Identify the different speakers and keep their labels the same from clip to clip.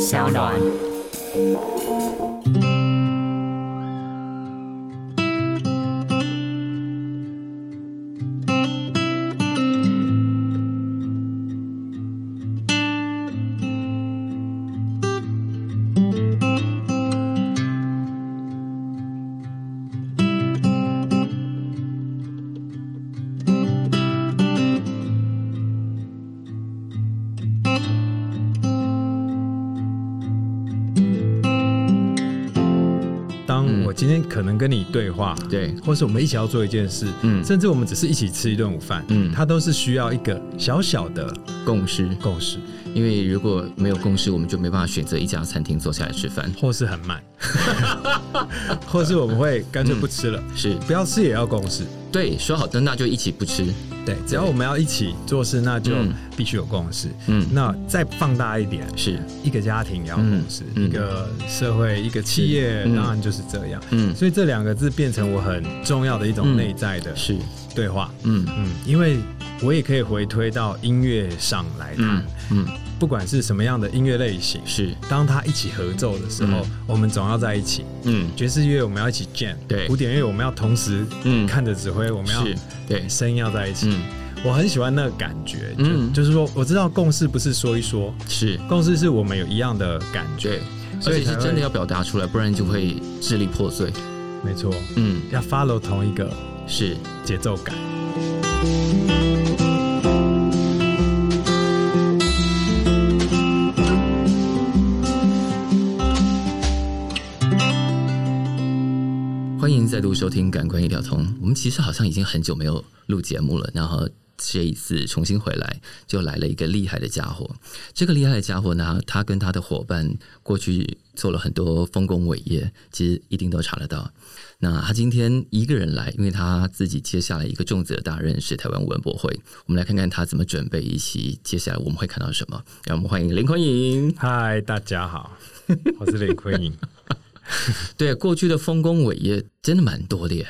Speaker 1: 小暖。
Speaker 2: 当我今天可能跟你对话，
Speaker 3: 嗯对
Speaker 2: 或是我们一起要做一件事，
Speaker 3: 嗯
Speaker 2: 甚至我们只是一起吃一顿午饭，
Speaker 3: 嗯
Speaker 2: 它都是需要一个小小的
Speaker 3: 共识，
Speaker 2: 共识，
Speaker 3: 因为如果没有共识，我们就没办法选择一家餐厅坐下来吃饭。
Speaker 2: 或是很 慢，或是我们会干脆不吃了，
Speaker 3: 是
Speaker 2: 不要吃也要共识。
Speaker 3: 对，说好的那就一起不吃。
Speaker 2: 对，只要我们要一起做事，那就
Speaker 3: 嗯
Speaker 2: 必须有共识。
Speaker 3: 嗯
Speaker 2: 那再放大一点，
Speaker 3: 是，
Speaker 2: 一个家庭也要共识，
Speaker 3: 嗯嗯
Speaker 2: 一个社会、一个企业，
Speaker 3: 嗯
Speaker 2: 当然就是这样。
Speaker 3: 嗯，
Speaker 2: 所以这两个字变成我很重要的一种内在的
Speaker 3: 是，
Speaker 2: 对话。
Speaker 3: 嗯
Speaker 2: 嗯，因为我也可以回推到音乐上来谈，
Speaker 3: 嗯嗯，
Speaker 2: 不管是什么样的音乐类型，
Speaker 3: 是，
Speaker 2: 当它一起合奏的时候，
Speaker 3: 嗯
Speaker 2: 我们总要在一起。
Speaker 3: 嗯
Speaker 2: 爵士乐我们要一起 jam，
Speaker 3: 对
Speaker 2: 古典乐我们要同时
Speaker 3: 嗯，
Speaker 2: 看着指挥，我们要
Speaker 3: 是，对，
Speaker 2: 声音要在一起。
Speaker 3: 嗯
Speaker 2: 我很喜欢那个感觉，就、
Speaker 3: 嗯
Speaker 2: 就是说，我知道共识不是说一说，
Speaker 3: 是，
Speaker 2: 共识是我们有一样的感觉
Speaker 3: 对，，
Speaker 2: 所
Speaker 3: 而
Speaker 2: 以
Speaker 3: 且是
Speaker 2: 才会
Speaker 3: 真的要表达出来，不然就会支离破碎。
Speaker 2: 没错，
Speaker 3: 嗯，
Speaker 2: 要 follow 同一个
Speaker 3: 是，
Speaker 2: 节奏感。
Speaker 3: 欢迎再度收听《感官一条通》。我们其实好像已经很久没有录节目了，然后这一次重新回来，就来了一个厉害的家伙。这个厉害的家伙呢，他跟他的伙伴过去做了很多丰功伟业，其实一定都查得到。那他今天一个人来，因为他自己接下来一个重责大任是台湾文博会。我们来看看他怎么准备，以及接下来我们会看到什么。让我们欢迎林坤颖。
Speaker 2: 嗨，大家 好，我是林坤颖。
Speaker 3: 对，过去的丰功伟业真的蛮多的耶。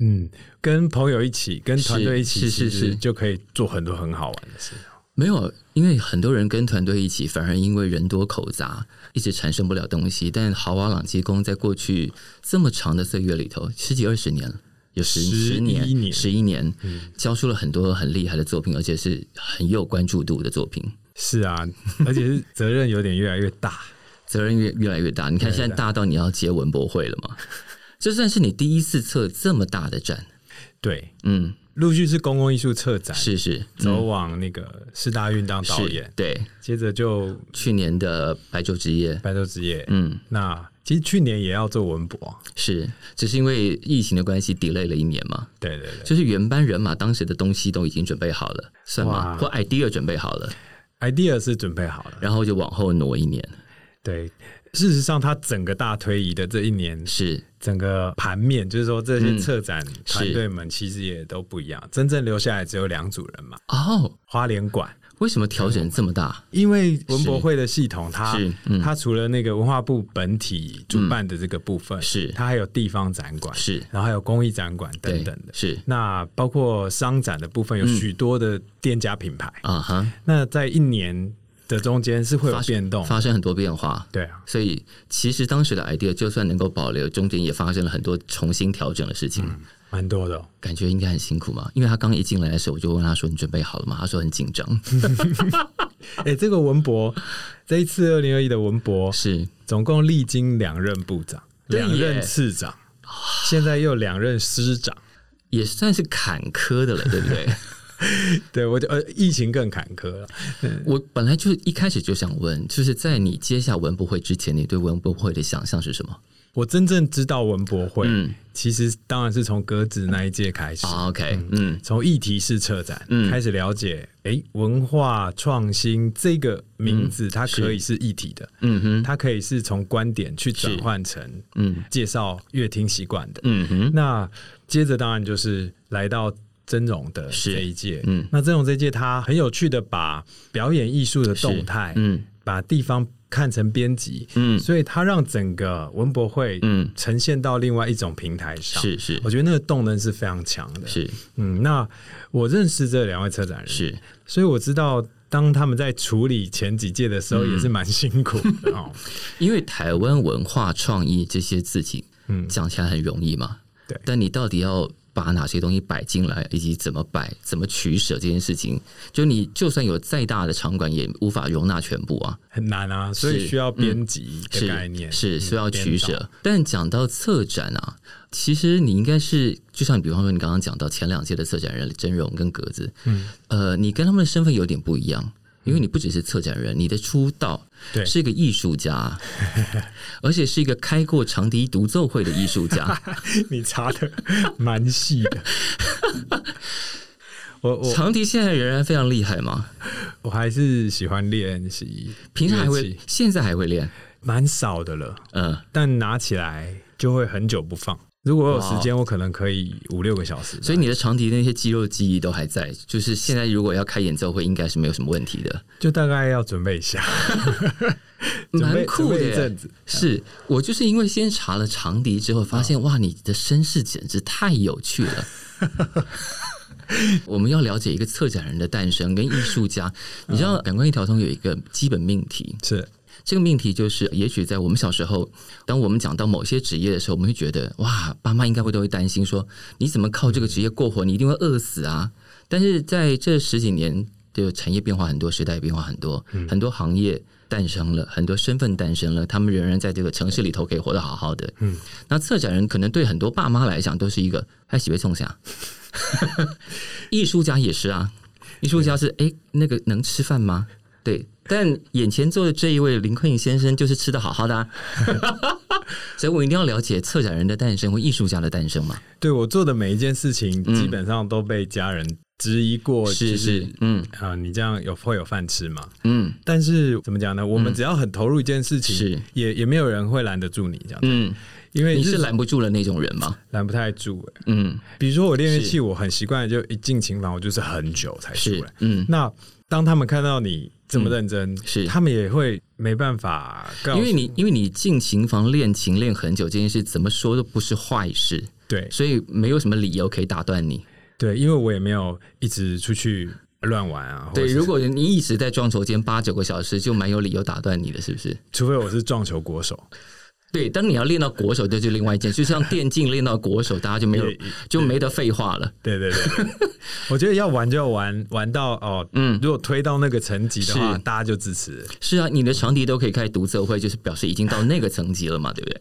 Speaker 2: 嗯，跟朋友一起，跟团队一起，
Speaker 3: 是
Speaker 2: 其
Speaker 3: 是
Speaker 2: 实
Speaker 3: 是
Speaker 2: 就可以做很多很好玩的事。
Speaker 3: 没有，因为很多人跟团队一起，反而因为人多口杂，一直产生不了东西。但豪华朗基宫在过去这么长的岁月里头，十几二十年了，有十
Speaker 2: 11年
Speaker 3: 年、十一年，交出了很多很厉害的作品，而且是很有关注度的作品。
Speaker 2: 是啊， 而且是责任有点越来越大。
Speaker 3: 责任越越来越大，你看
Speaker 2: 对
Speaker 3: 现在大到你要接文博会了 嘛？这算是你第一次测这么大的展，
Speaker 2: 对，
Speaker 3: 嗯，
Speaker 2: 陆续是公共艺术策展，
Speaker 3: 是是，
Speaker 2: 走往那个四大运当导
Speaker 3: 是
Speaker 2: 演，
Speaker 3: 对，
Speaker 2: 接着就
Speaker 3: 去年的白昼之夜，
Speaker 2: 白昼之夜。
Speaker 3: 嗯，
Speaker 2: 那其实去年也要做文博，
Speaker 3: 是，只是因为疫情的关系 delay 了一年嘛，
Speaker 2: 对对对
Speaker 3: 就是原班人马当时的东西都已经准备好了，算
Speaker 2: 哇
Speaker 3: 吗？或 idea 准备好了，
Speaker 2: ，idea 是准备好了。
Speaker 3: 然后就往后挪一年，
Speaker 2: 对，事实上，它整个大推移的这一年，
Speaker 3: 是
Speaker 2: 整个盘面，就是说这些
Speaker 3: 嗯
Speaker 2: 策展团队们其实也都不一样，真正留下来只有两组人嘛，
Speaker 3: 哦。
Speaker 2: 花莲馆。
Speaker 3: 为什么调整这么大？
Speaker 2: 因为文博会的系统，它
Speaker 3: 是嗯
Speaker 2: 它除了那个文化部本体主办的这个部分，
Speaker 3: 是
Speaker 2: 它还有地方展馆，
Speaker 3: 是
Speaker 2: 然后还有公益展馆等等的
Speaker 3: 对。是嗯
Speaker 2: 那包括商展的部分，有许多的店家品牌。
Speaker 3: 啊哈，
Speaker 2: 那在一年的中间是会有
Speaker 3: 发生
Speaker 2: 变动，
Speaker 3: 发生很多变化。
Speaker 2: 对啊，
Speaker 3: 所以其实当时的 idea 就算能够保留，中间也发生了很多重新调整的事情，
Speaker 2: 蛮多的哦、
Speaker 3: 感觉应该很辛苦嘛。因为他刚一进来的时候，我就问他说：“你准备好了吗？”他说很紧张，
Speaker 2: 哎、这个文博，这一次二零二一的文博，
Speaker 3: 是
Speaker 2: 总共历经两任部长，
Speaker 3: 对
Speaker 2: 两任
Speaker 3: 耶
Speaker 2: 次长，现在又两任师长。
Speaker 3: 也算是坎坷的了，对不对？
Speaker 2: 对我就呃，疫情更坎坷了。
Speaker 3: 我本来就一开始就想问，就是在你接下文博会之前，你对文博会的想象是什么？
Speaker 2: 我真正知道文博会，
Speaker 3: 嗯
Speaker 2: 其实当然是从鸽子那一届开始，
Speaker 3: 啊，OK，嗯，
Speaker 2: 从议题式策展、
Speaker 3: 嗯
Speaker 2: 开始了解，哎、文化创新这个名字，它可以是议题的，
Speaker 3: 嗯哼，
Speaker 2: 它可以是从观点去转换成
Speaker 3: 嗯
Speaker 2: 介绍乐听习惯的。
Speaker 3: 嗯哼，
Speaker 2: 那接着当然就是来到。曾荣的
Speaker 3: 是
Speaker 2: 这一届，
Speaker 3: 嗯
Speaker 2: 那曾荣这一届，他很有趣的把表演艺术的动态，
Speaker 3: 嗯
Speaker 2: 把地方看成编辑，
Speaker 3: 嗯
Speaker 2: 所以他让整个文博会
Speaker 3: 嗯，
Speaker 2: 呈现到另外一种平台上。
Speaker 3: 是是
Speaker 2: 我觉得那个动能是非常强的。
Speaker 3: 是
Speaker 2: 嗯，那我认识这两位策展人，
Speaker 3: 是，
Speaker 2: 所以我知道当他们在处理前几届的时
Speaker 3: 嗯
Speaker 2: 候，也是蛮辛苦 的哦。
Speaker 3: 因为台湾文化创意这些字情，嗯，讲起来很容易嘛，
Speaker 2: 对
Speaker 3: 但你到底要把哪些东西摆进来，以及怎么摆、怎么取舍这件事情，就你就算有再大的场馆，也无法容纳全部啊。
Speaker 2: 很难啊，所以
Speaker 3: 是嗯
Speaker 2: 需要编辑的
Speaker 3: 是
Speaker 2: 概念，
Speaker 3: 是
Speaker 2: 嗯
Speaker 3: 需要取。
Speaker 2: 编导
Speaker 3: 舍。但讲到策展啊，其实你应该是就像你比方说你刚刚讲到前两届的策展人真荣跟格子，嗯，呃，你跟他们的身份有点不一样。因为你不只是策展人，你的出道
Speaker 2: 对
Speaker 3: 是一个艺 术家，而且是一个开过长笛独奏会的艺术家。
Speaker 2: 你查的蛮细的。 我 我
Speaker 3: 长笛现在仍然非常厉害嘛，
Speaker 2: 我还是喜欢练习，
Speaker 3: 平常还
Speaker 2: 乐
Speaker 3: 会
Speaker 2: 器，
Speaker 3: 现在还会练。
Speaker 2: 蛮少的了，
Speaker 3: 嗯，
Speaker 2: 但拿起来就会很久不放。如果我有时间，我可能可以五六个小时吧。
Speaker 3: 所以你的长笛那些肌肉记忆都还在，就是现在如果要开演奏会，应该是没有什么问题的。
Speaker 2: 就大概要准备一 下，准备
Speaker 3: 蛮酷的
Speaker 2: 准备一
Speaker 3: 耶
Speaker 2: 阵子。
Speaker 3: 是我就是因为先查了长笛之后，发现哇，你的身世简直太有趣了。 我们要了解一个策展人的诞生跟艺术家，你知道感官一条通有一个基本命题，
Speaker 2: 是
Speaker 3: 这个命题就是，也许在我们小时候，当我们讲到某些职业的时候，我们会觉得哇，爸妈应该会都会担心说，你怎么靠这个职业过活？你一定会饿死啊！但是在这十几年，就产业变化很多，时代变化很多，很多行业诞生了，很多身份诞生了，他们仍然在这个城市里头可以活得好好的。嗯，那策展人可能对很多爸妈来讲都是一个哎，喜被冲下， 艺术家也是啊，艺术家是哎、诶那个能吃饭吗？对，但眼前坐的这一位林坤颖先生就是吃的好好的、 啊，所以我一定要了解策展人的诞生或艺术家的诞生嘛。
Speaker 2: 对我做的每一件事情，基本上都被家人质疑过，就是
Speaker 3: 嗯是，嗯
Speaker 2: 啊、你这样有会有饭吃吗？
Speaker 3: 嗯
Speaker 2: 但是怎么讲呢？我们只要很投入一件事情，
Speaker 3: 是
Speaker 2: 也也没有人会拦得住你这样，
Speaker 3: 嗯，
Speaker 2: 因为
Speaker 3: 你
Speaker 2: 日
Speaker 3: 是嗯
Speaker 2: 子
Speaker 3: 拦不住的那种人吗？
Speaker 2: 拦不太住、欸。
Speaker 3: 嗯，
Speaker 2: 比如说我练乐器，我很习惯，就一进琴房，我就是很久才出
Speaker 3: 是
Speaker 2: 来。，
Speaker 3: 嗯，
Speaker 2: 那当他们看到你这么认真，
Speaker 3: 是
Speaker 2: 他们也会没办法告诉
Speaker 3: 嗯因为你因为你进琴房练琴练很久这件事，怎么说都不是坏事，
Speaker 2: 对
Speaker 3: 所以没有什么理由可以打断你。
Speaker 2: 对，因为我也没有一直出去乱玩啊。或
Speaker 3: 对，
Speaker 2: 者是
Speaker 3: 如果你一直在撞球间八九个小时，就蛮有理由打断你的，是不是？
Speaker 2: 除非我是撞球国手，
Speaker 3: 对，当你要练到国手，这就另外一件，就像电竞练到国手，大家就没有
Speaker 2: 也也
Speaker 3: 就没得废话了。
Speaker 2: 对对对对我觉得要玩就要玩玩到哦，嗯，如果推到那个层级的话，
Speaker 3: 是
Speaker 2: 大家就支持，
Speaker 3: 是啊，你的长笛都可以开独奏会，就是表示已经到那个层级了嘛，对 不对？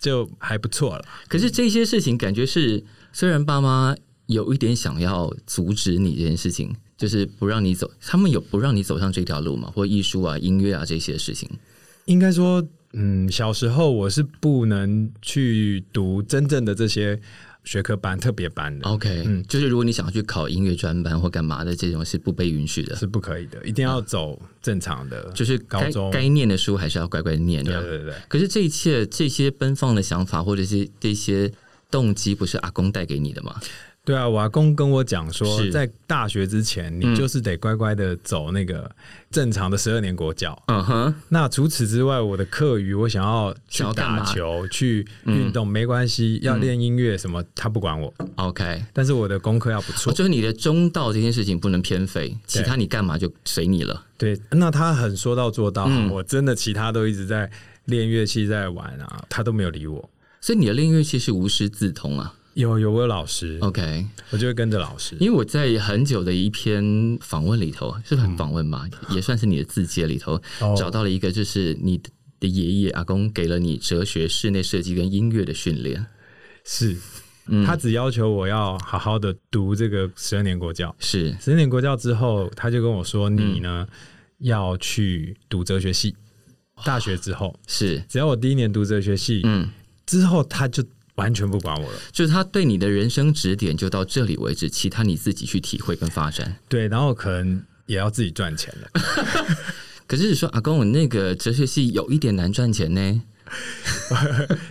Speaker 2: 就还不错了。
Speaker 3: 可是这些事情感觉是，虽然爸妈有一点想要阻止你这件事情，就是不让你走，他们有不让你走上这条路嘛，或艺术啊、音乐啊这些事情。
Speaker 2: 应该说，嗯，小时候我是不能去读真正的这些学科班、特别班的，
Speaker 3: OK，、就是嗯如果你想要去考音乐专班或干嘛的，这种是不被允许的。
Speaker 2: 是不可以的，一定要走正常的，
Speaker 3: 哦就是
Speaker 2: 高
Speaker 3: 该
Speaker 2: 中。
Speaker 3: 该念的书还是要乖乖念这
Speaker 2: 对
Speaker 3: 样。
Speaker 2: 对对，
Speaker 3: 可是这一切这些奔放的想法或者是这些动机，不是阿公带给你的吗？
Speaker 2: 对啊！我阿公跟我讲说，
Speaker 3: 是嗯
Speaker 2: 在大学之前，你就是得乖乖的走那个正常的十二年国教。
Speaker 3: 嗯哼，
Speaker 2: 那除此之外，我的课余我想要去
Speaker 3: 想要干
Speaker 2: 打
Speaker 3: 嘛嗯
Speaker 2: 球、去运动，没关系，要练音乐什么，他不管我。
Speaker 3: OK，
Speaker 2: 但是我的功课要不错，
Speaker 3: 哦就是你的中道这件事情不能偏废，其他你干嘛就随你了。
Speaker 2: 对。那他很说到做到，
Speaker 3: 嗯
Speaker 2: 我真的其他都一直在练乐器，在玩啊，他都没有理我。
Speaker 3: 所以你的练乐器是无师自通啊。
Speaker 2: 有有我有老师，
Speaker 3: OK，
Speaker 2: 我就会跟着老师。
Speaker 3: 哦因为我在很久的一篇访问里头，是很访问嘛，也算是你的字节里头、
Speaker 2: 嗯哦
Speaker 3: 找到了一个，就是你的爷爷阿公给了你哲学、室内设计跟音乐的训练。
Speaker 2: 是，
Speaker 3: 嗯
Speaker 2: 他只要求我要好好的读这个十二年国教。
Speaker 3: 是
Speaker 2: 十二年国教之后，他就跟我说：“
Speaker 3: 嗯
Speaker 2: 你呢，要去读哲学系。”大学之后，
Speaker 3: 是，
Speaker 2: 只要我第一年读哲学系，
Speaker 3: 嗯，
Speaker 2: 之后他就完全不管我了。
Speaker 3: 就是他对你的人生指点就到这里为止，其他你自己去体会跟发展。
Speaker 2: 对，然后可能也要自己赚钱了。
Speaker 3: 可是你说阿公，我那个哲学系有一点难赚钱呢。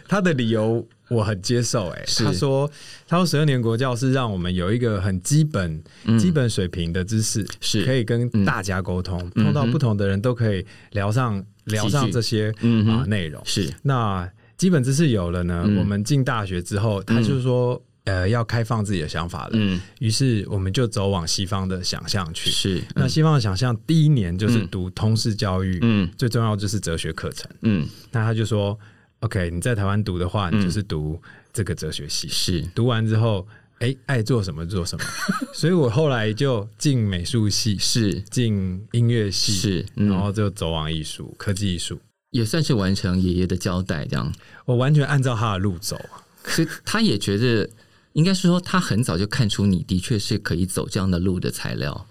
Speaker 2: 他的理由我很接受、欸，哎，
Speaker 3: 是
Speaker 2: 他说他说十二年国教是让我们有一个很基本、基本水平的知识，
Speaker 3: 嗯是嗯
Speaker 2: 可以跟大家沟通，碰到不同的人都可以聊上聊上这些
Speaker 3: 嗯
Speaker 2: 啊
Speaker 3: 哼嗯
Speaker 2: 内容。
Speaker 3: 是
Speaker 2: 那基本知识有了呢，我们进大学之后，他就说。呃要开放自己的想法了。
Speaker 3: 嗯，
Speaker 2: 于是我们就走往西方的想象去。
Speaker 3: 是，
Speaker 2: 那西方的想象，第一年就是读通识教育，
Speaker 3: 嗯
Speaker 2: 最重要就是哲学课程。
Speaker 3: 嗯，
Speaker 2: 那他就说，OK，你在台湾读的话，你就是读这个哲学系，
Speaker 3: 是
Speaker 2: 读完之后，哎、爱做什么做 什么。所以我后来就进美术系，
Speaker 3: 是
Speaker 2: 进音乐系，
Speaker 3: 是，
Speaker 2: 然
Speaker 3: 嗯，
Speaker 2: 后就走往艺术、科技艺术。
Speaker 3: 也算是完成爷爷的交代，这样，
Speaker 2: 我完全按照他的路走啊，
Speaker 3: 所以他也觉得，应该是说他很早就看出你的确是可以走这样的路的材料，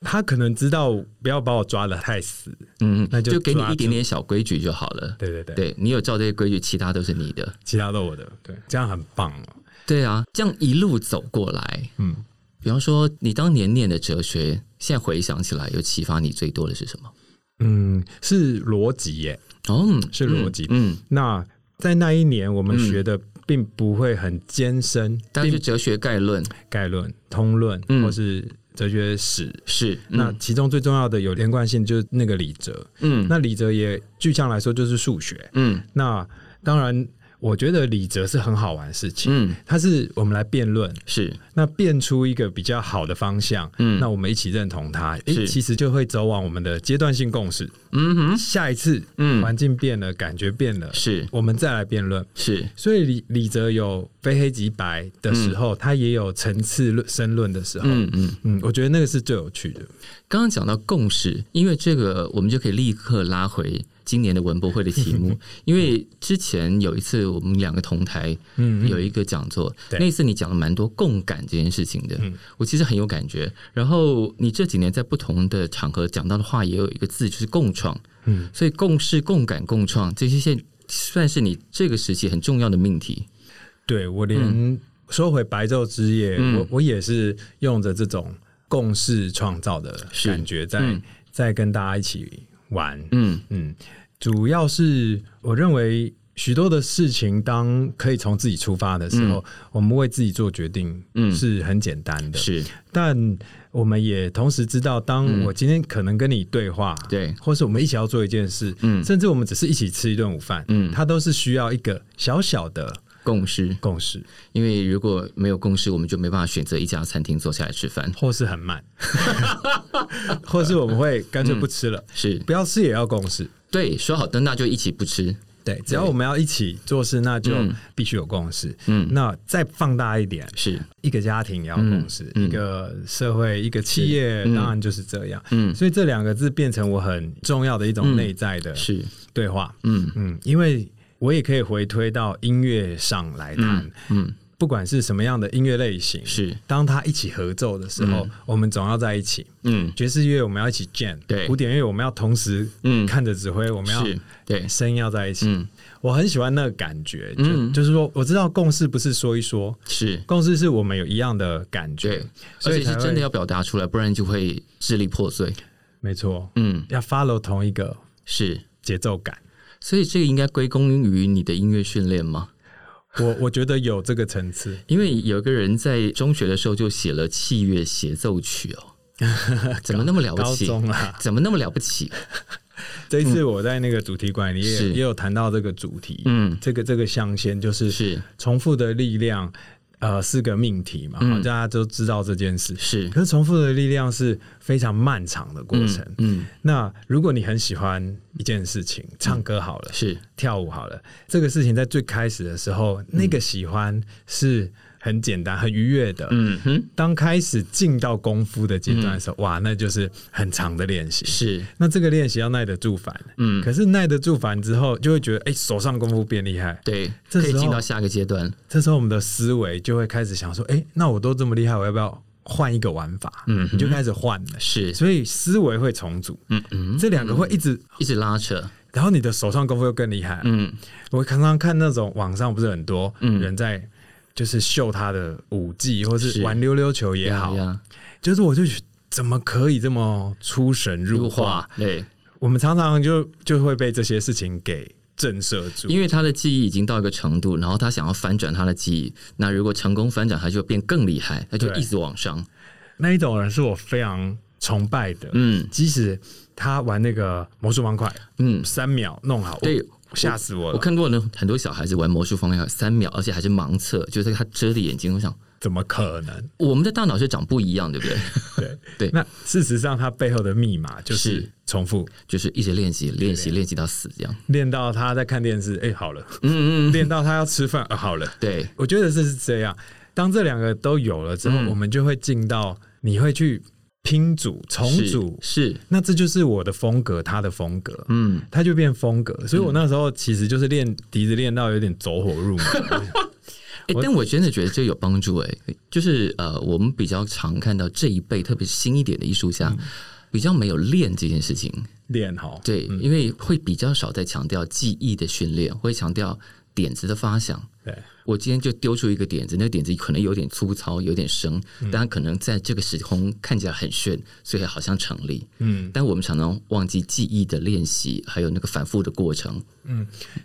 Speaker 2: 他可能知道不要把我抓的太死，
Speaker 3: 嗯，
Speaker 2: 那就
Speaker 3: 就给你
Speaker 2: 抓
Speaker 3: 一点
Speaker 2: 住
Speaker 3: 点小规矩就好了。
Speaker 2: 对对对，
Speaker 3: 对你有照这些规矩，其他都是你的。
Speaker 2: 其他都我的，对，这样很棒哦、
Speaker 3: 对啊，这样一路走过来，
Speaker 2: 嗯，
Speaker 3: 比方说你当年念的哲学，现在回想起来，有启发你最多的是什么？
Speaker 2: 嗯，是逻辑耶。
Speaker 3: 哦，嗯
Speaker 2: 是逻辑
Speaker 3: 嗯，嗯
Speaker 2: 那在那一年，我们学的并不会很艰深，
Speaker 3: 但是哲学概论
Speaker 2: 概论、通论
Speaker 3: 嗯
Speaker 2: 或是哲学史。
Speaker 3: 是
Speaker 2: 那其中最重要的有连贯性，就是那个理哲。
Speaker 3: 嗯
Speaker 2: 那理哲也具象来说就是数学。
Speaker 3: 嗯
Speaker 2: 那当然，我觉得理哲是很好玩的事情，
Speaker 3: 嗯
Speaker 2: 它是我们来辩论，
Speaker 3: 是
Speaker 2: 那辩出一个比较好的方向，
Speaker 3: 嗯
Speaker 2: 那我们一起认同它，诶、
Speaker 3: 是
Speaker 2: 其实就会走往我们的阶段性共识。
Speaker 3: 嗯哼
Speaker 2: 下一次
Speaker 3: 嗯
Speaker 2: 环境变了，感觉变了，
Speaker 3: 是
Speaker 2: 我们再来辩论。
Speaker 3: 是
Speaker 2: 所以李李哲有非黑即白的时候，他也有层次论申论的时候。嗯
Speaker 3: 嗯嗯。
Speaker 2: 我觉得那个是最有趣的。
Speaker 3: 刚刚讲到共识，因为这个我们就可以立刻拉回今年的文博会的题 目，因为之前有一次我们两个同台
Speaker 2: 嗯，
Speaker 3: 有一个讲座，
Speaker 2: 对嗯
Speaker 3: 那次你讲了蛮多共感这件事情的，我其实很有感觉。然后你这几年在不同的场合讲到的话，也有一个字就是共创，
Speaker 2: 嗯，
Speaker 3: 所以共识、共感、共创这些现算是你这个时期很重要的命题。
Speaker 2: 对我连说回白昼之夜，
Speaker 3: 嗯
Speaker 2: 我我也是用着这种共识创造的
Speaker 3: 是
Speaker 2: 感觉在，在、
Speaker 3: 嗯
Speaker 2: 跟大家一起玩。
Speaker 3: 嗯
Speaker 2: 嗯，主要是我认为许多的事情，当可以从自己出发的时候，我们为自己做决定，
Speaker 3: 嗯
Speaker 2: 是很简单的。
Speaker 3: 是
Speaker 2: 但我们也同时知道，当我今天可能跟你对话，
Speaker 3: 嗯对
Speaker 2: 或是我们一起要做一件事，
Speaker 3: 嗯
Speaker 2: 甚至我们只是一起吃一顿午饭，
Speaker 3: 嗯
Speaker 2: 它都是需要一个小小的
Speaker 3: 共识，
Speaker 2: 共 识，
Speaker 3: 因为如果没有共识，我们就没办法选择一家餐厅坐下来吃饭。
Speaker 2: 或是很慢， 或是我们会干脆不吃了，
Speaker 3: 是
Speaker 2: 不要吃也要共识。
Speaker 3: 对，说好的那就一起不吃。
Speaker 2: 对，只要我们要一起做事，那就必须有共识。
Speaker 3: 嗯，
Speaker 2: 那再放大一点，
Speaker 3: 是
Speaker 2: 一个家庭也要共识，
Speaker 3: 嗯嗯
Speaker 2: 一个社会、一个企业，
Speaker 3: 嗯
Speaker 2: 当然就是这样。
Speaker 3: 嗯
Speaker 2: 所以这两个字变成我很重要的一种内在的
Speaker 3: 是
Speaker 2: 对话。
Speaker 3: 嗯
Speaker 2: 嗯，因为我也可以回推到音乐上来谈，
Speaker 3: 嗯
Speaker 2: 不管是什么样的音乐类型，
Speaker 3: 是
Speaker 2: 当它一起合奏的时候，我们总要在一起。
Speaker 3: 嗯
Speaker 2: 爵士乐我们要一起 jam，
Speaker 3: 对
Speaker 2: 古典乐我们要同时
Speaker 3: 嗯
Speaker 2: 看着指挥，我们要
Speaker 3: 是对
Speaker 2: 声音要在一起。
Speaker 3: 嗯
Speaker 2: 我很喜欢那个感觉，就、
Speaker 3: 嗯
Speaker 2: 就是说，我知道共识不是说一说，
Speaker 3: 是
Speaker 2: 共识是我们有一样的感觉
Speaker 3: 对，，而
Speaker 2: 所以
Speaker 3: 且是
Speaker 2: 才会
Speaker 3: 真的要表达出来，不然就会支离破碎。
Speaker 2: 没错，
Speaker 3: 嗯，
Speaker 2: 要 follow 同一个
Speaker 3: 是，
Speaker 2: 节奏感。
Speaker 3: 所以这个应该归功于你的音乐训练吗？
Speaker 2: 我我觉得有这个层次，
Speaker 3: 因为有一个人在中学的时候就写了器乐协奏曲 哦，怎么那么了不
Speaker 2: 高
Speaker 3: 起？
Speaker 2: 中啊，
Speaker 3: 怎么那么了不起？
Speaker 2: 这一次我在那个主题馆里也、
Speaker 3: 嗯是
Speaker 2: 也有谈到这个主题，
Speaker 3: 嗯，
Speaker 2: 这个这个象限就是
Speaker 3: 是
Speaker 2: 重复的力量，呃，四个命题嘛，
Speaker 3: 嗯
Speaker 2: 大家都知道这件事。
Speaker 3: 是，
Speaker 2: 可是重复的力量是非常漫长的过程。
Speaker 3: 嗯，
Speaker 2: 那如果你很喜欢一件事情，唱歌好了，
Speaker 3: 是
Speaker 2: 跳舞好了，这个事情在最开始的时
Speaker 3: 嗯
Speaker 2: 候，那个喜欢是很简单、很愉悦的。
Speaker 3: 嗯哼，
Speaker 2: 当开始进到功夫的阶段的时候，哇，那就是很长的练习。
Speaker 3: 是，
Speaker 2: 那这个练习要耐得住烦，
Speaker 3: 嗯，
Speaker 2: 可是耐得住烦之后，就会觉得哎、手上功夫变厉害。
Speaker 3: 对，
Speaker 2: 这
Speaker 3: 可以
Speaker 2: 时候
Speaker 3: 进到下个阶段。
Speaker 2: 这时候我们的思维就会开始想说，哎、那我都这么厉害，我要不要换一个玩法？
Speaker 3: 嗯
Speaker 2: 你就开始换了。
Speaker 3: 是，
Speaker 2: 所以思维会重组，
Speaker 3: 嗯嗯，
Speaker 2: 这两个会一直，
Speaker 3: 一直拉扯，
Speaker 2: 然后你的手上功夫又更厉害。
Speaker 3: 嗯，
Speaker 2: 我常常看那种网上不是很多
Speaker 3: 嗯
Speaker 2: 人在就是秀他的舞技，或是
Speaker 3: 是
Speaker 2: 玩溜溜球也
Speaker 3: 呀
Speaker 2: 好，
Speaker 3: 呀
Speaker 2: 就是我就觉得怎么可以这么出神入
Speaker 3: 入
Speaker 2: 化？
Speaker 3: 画，对，
Speaker 2: 我们常常就就会被这些事情给震慑住。
Speaker 3: 因为他的记忆已经到一个程度，然后他想要翻转他的记忆，那如果成功翻转，他就变更厉害，他就
Speaker 2: 对
Speaker 3: 一直往上。
Speaker 2: 那一种人是我非常崇拜的，
Speaker 3: 嗯
Speaker 2: 即使他玩那个魔术方块
Speaker 3: 嗯，
Speaker 2: 三秒弄好，
Speaker 3: 对
Speaker 2: 吓死我
Speaker 3: 我
Speaker 2: 了！
Speaker 3: 看过呢，很多小孩子玩魔术方块三秒，而且还是盲测，就是他遮着眼睛。我想，
Speaker 2: 怎么可能？
Speaker 3: 我们的大脑是长不一样，对不 对？
Speaker 2: 对
Speaker 3: 对
Speaker 2: 那事实上，它背后的密码就是
Speaker 3: 是
Speaker 2: 重复
Speaker 3: 就是一直练习，练习，练习到死这样。
Speaker 2: 练到他在看电视，哎、好 了；
Speaker 3: 嗯嗯，
Speaker 2: 练到他要吃饭、呃，好了。
Speaker 3: 对，
Speaker 2: 我觉得这是这样。当这两个都有了之后，
Speaker 3: 嗯
Speaker 2: 我们就会进到你会去拼组、重
Speaker 3: 是
Speaker 2: 组，
Speaker 3: 是，
Speaker 2: 那这就是我的风格，他的风格。
Speaker 3: 嗯，
Speaker 2: 他就变风格，所以我那时候其实就是练笛子练到有点走火 入魔。
Speaker 3: 哎、
Speaker 2: 我
Speaker 3: 但我真的觉得这有帮助哎、就是呃，我们比较常看到这一辈，特别是新一点的艺术
Speaker 2: 嗯
Speaker 3: 家，比较没有练这件事情，
Speaker 2: 练好，
Speaker 3: 对，因为会比较少在强调记忆的训练，会强调点子的发想。
Speaker 2: 对，
Speaker 3: 我今天就丢出一个点子，那个点子可能有点粗糙，有点生，但它可能在这个时空看起来很炫，所以好像成立。
Speaker 2: 嗯，
Speaker 3: 但我们常常忘记记忆的练习，还有那个反复的过程。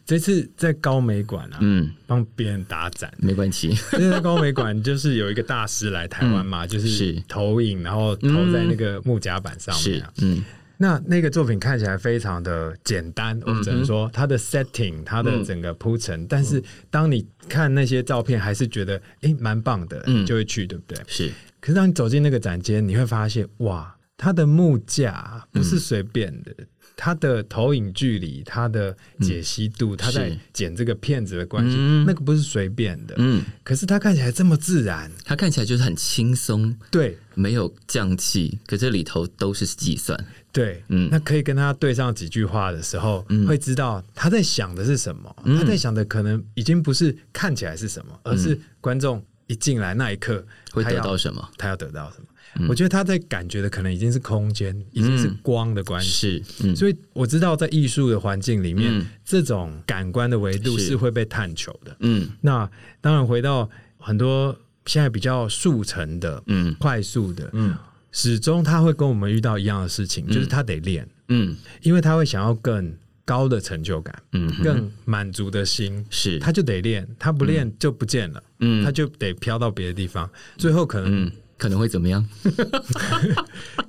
Speaker 2: 这次在高美馆啊，
Speaker 3: 嗯，
Speaker 2: 帮别人打展。
Speaker 3: 没关系，
Speaker 2: 这次在高美馆就是有一个大师来台湾嘛，就是
Speaker 3: 嗯是
Speaker 2: 投影，然后投在那个木夹板上面
Speaker 3: 是
Speaker 2: 啊、，
Speaker 3: 嗯
Speaker 2: 那那个作品看起来非常的简单，我只
Speaker 3: 嗯
Speaker 2: 能说它的 setting、它的整个铺陈，但是当你看那些照片，还是觉得诶蛮、棒的，
Speaker 3: 嗯
Speaker 2: 就会去，对不对？
Speaker 3: 是，
Speaker 2: 可是当你走进那个展间，你会发现，哇，它的木架不
Speaker 3: 嗯
Speaker 2: 是随便的，它的投影距离、它的解析度、它在
Speaker 3: 嗯是
Speaker 2: 剪这个片子的关系，
Speaker 3: 嗯
Speaker 2: 那个不是随便的。
Speaker 3: 嗯，
Speaker 2: 可是它看起来这么自然，
Speaker 3: 它看起来就是很轻松，
Speaker 2: 对
Speaker 3: 没有降气，可这里头都是计算。
Speaker 2: 对，
Speaker 3: 嗯
Speaker 2: 那可以跟他对上几句话的时候，会知道他在想的是什么。
Speaker 3: 嗯
Speaker 2: 他在想的可能已经不是看起来是什么，而是观众一进来那一刻
Speaker 3: 嗯会
Speaker 2: 他
Speaker 3: 得
Speaker 2: 要
Speaker 3: 到什么？
Speaker 2: 他要得到什么。
Speaker 3: 嗯
Speaker 2: 我觉得他在感觉的可能已经是空间，已经是光的关系。
Speaker 3: 是，嗯，
Speaker 2: 所以我知道，在艺术的环境里面，
Speaker 3: 嗯
Speaker 2: 这种感官的维度
Speaker 3: 是
Speaker 2: 是会被探求的。
Speaker 3: 嗯
Speaker 2: 那当然，回到很多现在比较速成的、
Speaker 3: 嗯
Speaker 2: 快速的，
Speaker 3: 嗯
Speaker 2: 始终他会跟我们遇到一样的事情，就是他得练，
Speaker 3: 嗯
Speaker 2: 因为他会想要更高的成就感、
Speaker 3: 嗯，
Speaker 2: 更满足的心，
Speaker 3: 是，
Speaker 2: 他就得练，他不练就不见了，
Speaker 3: 嗯
Speaker 2: 他就得飘到别的地方，最后可能、
Speaker 3: 嗯，可能会怎么样？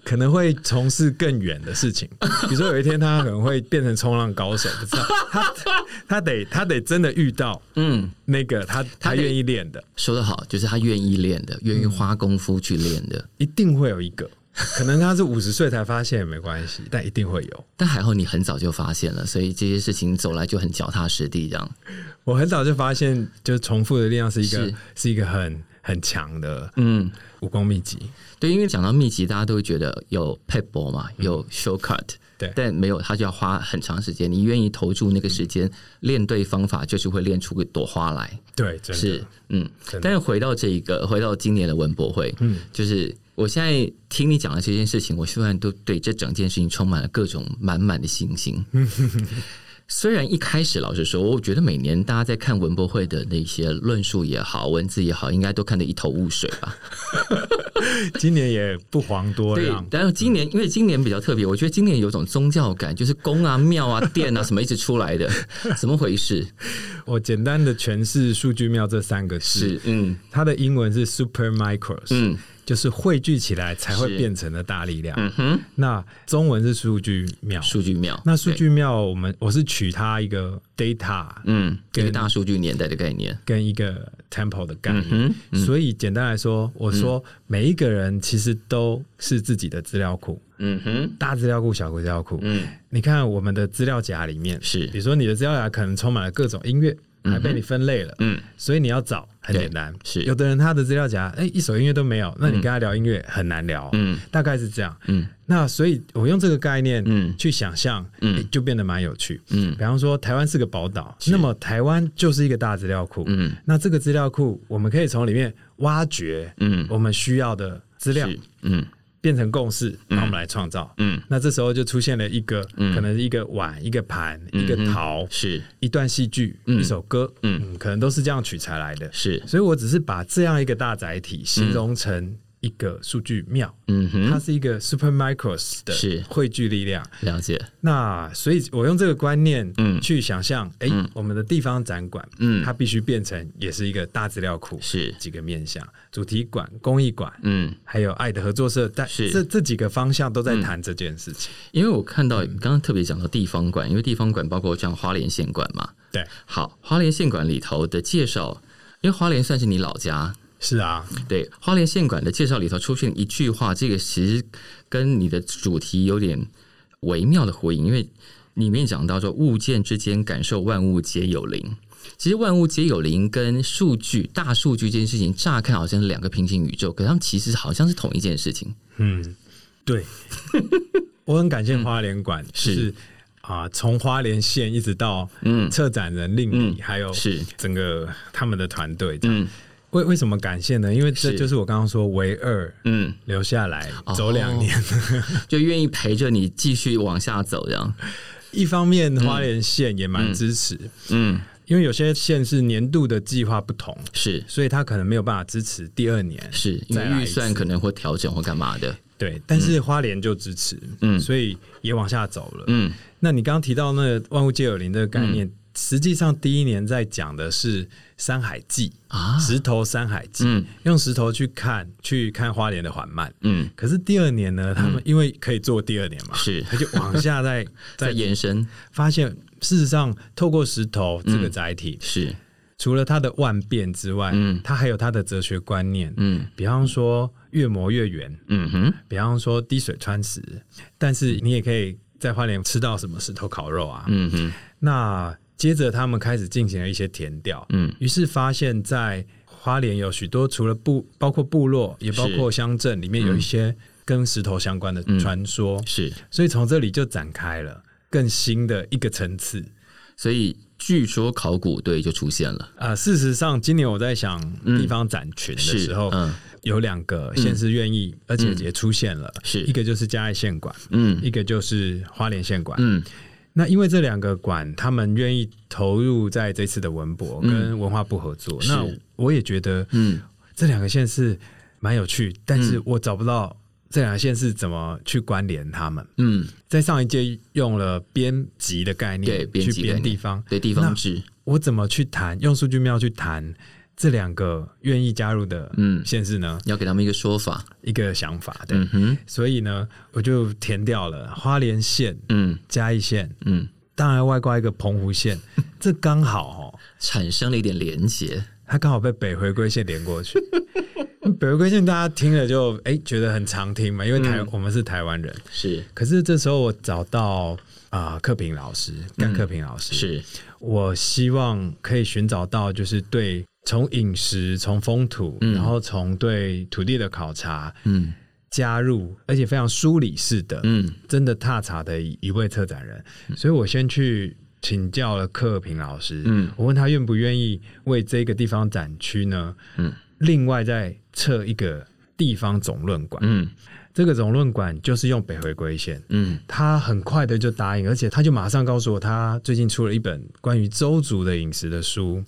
Speaker 2: 可能会从事更远的事 情，比如说有一天他可能会变成冲浪高手，不知道他他得他得真的遇到
Speaker 3: 嗯，
Speaker 2: 那个他他
Speaker 3: 得
Speaker 2: 愿意练的，
Speaker 3: 说得好，就是他愿意练的，愿意花功夫去练的。
Speaker 2: 一定会有一个，可能他是五十岁才发现也没关系，但一定会有。
Speaker 3: 但还好你很早就发现了，所以这些事情走来就很脚踏实地，这样。
Speaker 2: 我很早就发现，就是重复的力量是一个
Speaker 3: 是
Speaker 2: 是一个很很强的
Speaker 3: 嗯，
Speaker 2: 武功秘籍。
Speaker 3: 对，因为讲到秘籍，大家都会觉得有 p e b l 嘛，有 shortcut，、
Speaker 2: 对
Speaker 3: 但没有，它就要花很长时间。你愿意投注那个时间，练对方法，就是会练出一朵花来。
Speaker 2: 对，啊真的
Speaker 3: 是，嗯
Speaker 2: 的。
Speaker 3: 但是回到这一个，回到今年的文博会，
Speaker 2: 嗯
Speaker 3: 嗯，就是我现在听你讲的这件事情，我虽然都对这整件事情充满了各种满满的信 心。虽然一开始老实说，我觉得每年大家在看文博会的那些论述也好，文字也好，应该都看得一头雾水 吧。
Speaker 2: 今年也啊不遑多
Speaker 3: 对
Speaker 2: 让，。
Speaker 3: 但是今年因为今年比较特别，我觉得今年有种宗教感，就是宫啊、庙啊、殿啊什么一直出 来的，怎么回事？
Speaker 2: 我简单的诠释“数据庙”这三个字，
Speaker 3: 是嗯
Speaker 2: 它的英文是 “super micros”，、
Speaker 3: 嗯
Speaker 2: 就是汇聚起来才会
Speaker 3: 是
Speaker 2: 变成的大力量。
Speaker 3: 嗯哼，
Speaker 2: 那中文是数据庙，
Speaker 3: 数据庙，
Speaker 2: 那数
Speaker 3: 对
Speaker 2: 据庙，我们我是取它一个 data
Speaker 3: 嗯，一
Speaker 2: 跟
Speaker 3: 个大数据年代的概念。
Speaker 2: 跟一个 temple 的概念。
Speaker 3: 嗯
Speaker 2: 所以简单来说，我说每一个人其实都是自己的资料库，
Speaker 3: 嗯哼，
Speaker 2: 大资料库、小资料库。
Speaker 3: 嗯，
Speaker 2: 你看我们的资料夹里面，
Speaker 3: 是
Speaker 2: 比如说你的资料夹可能充满了各种音乐，还被你分类了，
Speaker 3: 嗯，
Speaker 2: 所以你要找很简单。
Speaker 3: 是
Speaker 2: 有的人他的资料夹，哎、一首音乐都没有，那你跟他聊音乐很难聊，
Speaker 3: 嗯，
Speaker 2: 大概是这样，
Speaker 3: 嗯，
Speaker 2: 那所以我用这个概念，
Speaker 3: 嗯
Speaker 2: 去想象，
Speaker 3: 嗯
Speaker 2: 哎就变得蛮有趣，
Speaker 3: 嗯
Speaker 2: 比方说台湾是个宝岛，那么台湾就是一个大资料库，
Speaker 3: 嗯，
Speaker 2: 那这个资料库我们可以从里面挖掘，
Speaker 3: 嗯
Speaker 2: 我们需要的资料，
Speaker 3: 是，嗯
Speaker 2: 变成共识，然后我们来创造，
Speaker 3: 嗯，
Speaker 2: 那这时候就出现了一个，可能一个碗、一个盘、一个桃、
Speaker 3: 是
Speaker 2: 一段戏剧、一首歌，
Speaker 3: 嗯
Speaker 2: 嗯嗯可能都是这样取材来的。
Speaker 3: 是，
Speaker 2: 所以我只是把这样一个大载体形容成一个数据庙，
Speaker 3: 嗯
Speaker 2: 它
Speaker 3: 哼，
Speaker 2: 是一个 super micros
Speaker 3: 是
Speaker 2: 的汇聚力量。
Speaker 3: 了解，
Speaker 2: 那所以，我用这个观念，
Speaker 3: 嗯
Speaker 2: 去想象，哎、我们的地方展馆，
Speaker 3: 嗯
Speaker 2: 它必须变成也是一个大资料库，
Speaker 3: 是，
Speaker 2: 几个面向，主题馆、公益馆，
Speaker 3: 嗯，
Speaker 2: 还有爱的合作社，但
Speaker 3: 是嗯
Speaker 2: 这这几个方向都在谈这件事情。
Speaker 3: 因为我看到你刚刚特别讲到地方馆，因为地方馆包括像花莲县馆嘛，
Speaker 2: 对，
Speaker 3: 好，花莲县馆里头的介绍，因为花莲算是你老家，
Speaker 2: 是啊，
Speaker 3: 对，花莲县馆的介绍里头出现一句话，这个其实跟你的主题有点微妙的呼应，因为里面讲到说物件之间感受万物皆有灵。其实万物皆有灵跟数据、大数据这件事情，乍看好像是两个平行宇宙，可它们其实好像是同一件事情。
Speaker 2: 嗯， 对，我很感谢花莲馆，
Speaker 3: 嗯是
Speaker 2: 就是啊，从、花莲县一直到
Speaker 3: 嗯
Speaker 2: 策展人令
Speaker 3: 嗯
Speaker 2: 里，还有
Speaker 3: 是
Speaker 2: 整个他们的团队这样。
Speaker 3: 嗯
Speaker 2: 为为什么感谢呢？因为这
Speaker 3: 是
Speaker 2: 就是我刚刚说唯二
Speaker 3: 嗯，
Speaker 2: 留下来
Speaker 3: 哦
Speaker 2: 走两 年。
Speaker 3: 就愿意陪着你继续往下走，这样。
Speaker 2: 一方面，花莲县也蛮支持，
Speaker 3: 嗯，
Speaker 2: 因为有些县是年度的计划不同，
Speaker 3: 是
Speaker 2: 所以他可能没有办法支持第二年。
Speaker 3: 是，因
Speaker 2: 再来
Speaker 3: 为预
Speaker 2: 一次
Speaker 3: 算可能会调整或干嘛的。
Speaker 2: 对，但是花莲就支持，
Speaker 3: 嗯
Speaker 2: 所以也往下走了。
Speaker 3: 嗯
Speaker 2: 那你刚刚提到那个万物皆有灵这个概念，实际上第一年在讲的是《山海记》
Speaker 3: 啊，
Speaker 2: 石头《山海记》
Speaker 3: 嗯
Speaker 2: 用石头去看去看花莲的缓慢。
Speaker 3: 嗯，
Speaker 2: 可是第二年呢，他们因为可以做第二年嘛，
Speaker 3: 是
Speaker 2: 他就往下 再
Speaker 3: 在
Speaker 2: 再
Speaker 3: 延伸
Speaker 2: 发现，事实上透过石头这
Speaker 3: 嗯
Speaker 2: 个载体，
Speaker 3: 是
Speaker 2: 除了它的万变之外，
Speaker 3: 嗯
Speaker 2: 它还有它的哲学观念，
Speaker 3: 嗯
Speaker 2: 比方说越磨越圆，
Speaker 3: 嗯哼
Speaker 2: 比方说滴水穿石，但是你也可以在花莲吃到什么石头烤肉啊。
Speaker 3: 嗯哼
Speaker 2: 那接着他们开始进行了一些填调，
Speaker 3: 嗯
Speaker 2: 于是发现，在花莲有许多除了部包括部落，也包
Speaker 3: 是
Speaker 2: 括乡镇里面有一些跟石头相关的传说，
Speaker 3: 是，
Speaker 2: 所以从这里就展开了更新的一个层次。
Speaker 3: 所以据说考古队就出现了。
Speaker 2: 啊、事实上，今年我在想
Speaker 3: 嗯
Speaker 2: 地方展群的
Speaker 3: 是
Speaker 2: 时候，
Speaker 3: 嗯
Speaker 2: 有两个县市愿意，而且也出现了，
Speaker 3: 是
Speaker 2: 一个就是嘉义县馆，
Speaker 3: 嗯
Speaker 2: 一个就是花莲县馆。
Speaker 3: 嗯
Speaker 2: 那因为这两个馆，他们愿意投入在这次的文博跟文化部合作，
Speaker 3: 嗯是
Speaker 2: 那我也觉得
Speaker 3: 嗯
Speaker 2: 这两个县市蛮有趣，但是我找不到这两个县市怎么去关联他们。
Speaker 3: 嗯，
Speaker 2: 在上一届用了编辑的概
Speaker 3: 对
Speaker 2: 念
Speaker 3: 编
Speaker 2: 去
Speaker 3: 辑概
Speaker 2: 编
Speaker 3: 念
Speaker 2: 地方，
Speaker 3: 对地方志，
Speaker 2: 我怎么去谈？用数据庙去谈这两个愿意加入的
Speaker 3: 嗯
Speaker 2: 县市呢？
Speaker 3: 要给他们一个说法。
Speaker 2: 一个想法，对。
Speaker 3: 嗯哼
Speaker 2: 所以呢，我就填掉了花莲县、
Speaker 3: 嗯
Speaker 2: 嘉义县，
Speaker 3: 嗯，
Speaker 2: 当然外挂一个澎湖 县，这刚好哦，
Speaker 3: 产生了一点连结。
Speaker 2: 它刚好被北回归线连过 去。北回归线大家听了就哎、觉得很常听嘛，因为台、
Speaker 3: 嗯
Speaker 2: 我们是台湾人。
Speaker 3: 是
Speaker 2: 可是这时候我找到啊，克、平老师，干克平老师，
Speaker 3: 嗯是
Speaker 2: 我希望可以寻找到就是对从饮食、从风土，
Speaker 3: 嗯
Speaker 2: 然后从对土地的考察
Speaker 3: 嗯
Speaker 2: 加入，而且非常梳理式的，
Speaker 3: 嗯
Speaker 2: 真的踏查的一位策展人，所以我先去请教了克平老师，
Speaker 3: 嗯
Speaker 2: 我问他愿不愿意为这个地方展区呢，
Speaker 3: 嗯
Speaker 2: 另外再设一个地方总论馆，
Speaker 3: 嗯
Speaker 2: 这个总论馆就是用北回归线。
Speaker 3: 嗯
Speaker 2: 他很快的就答应，而且他就马上告诉我，他最近出了一本关于周族的饮食的书，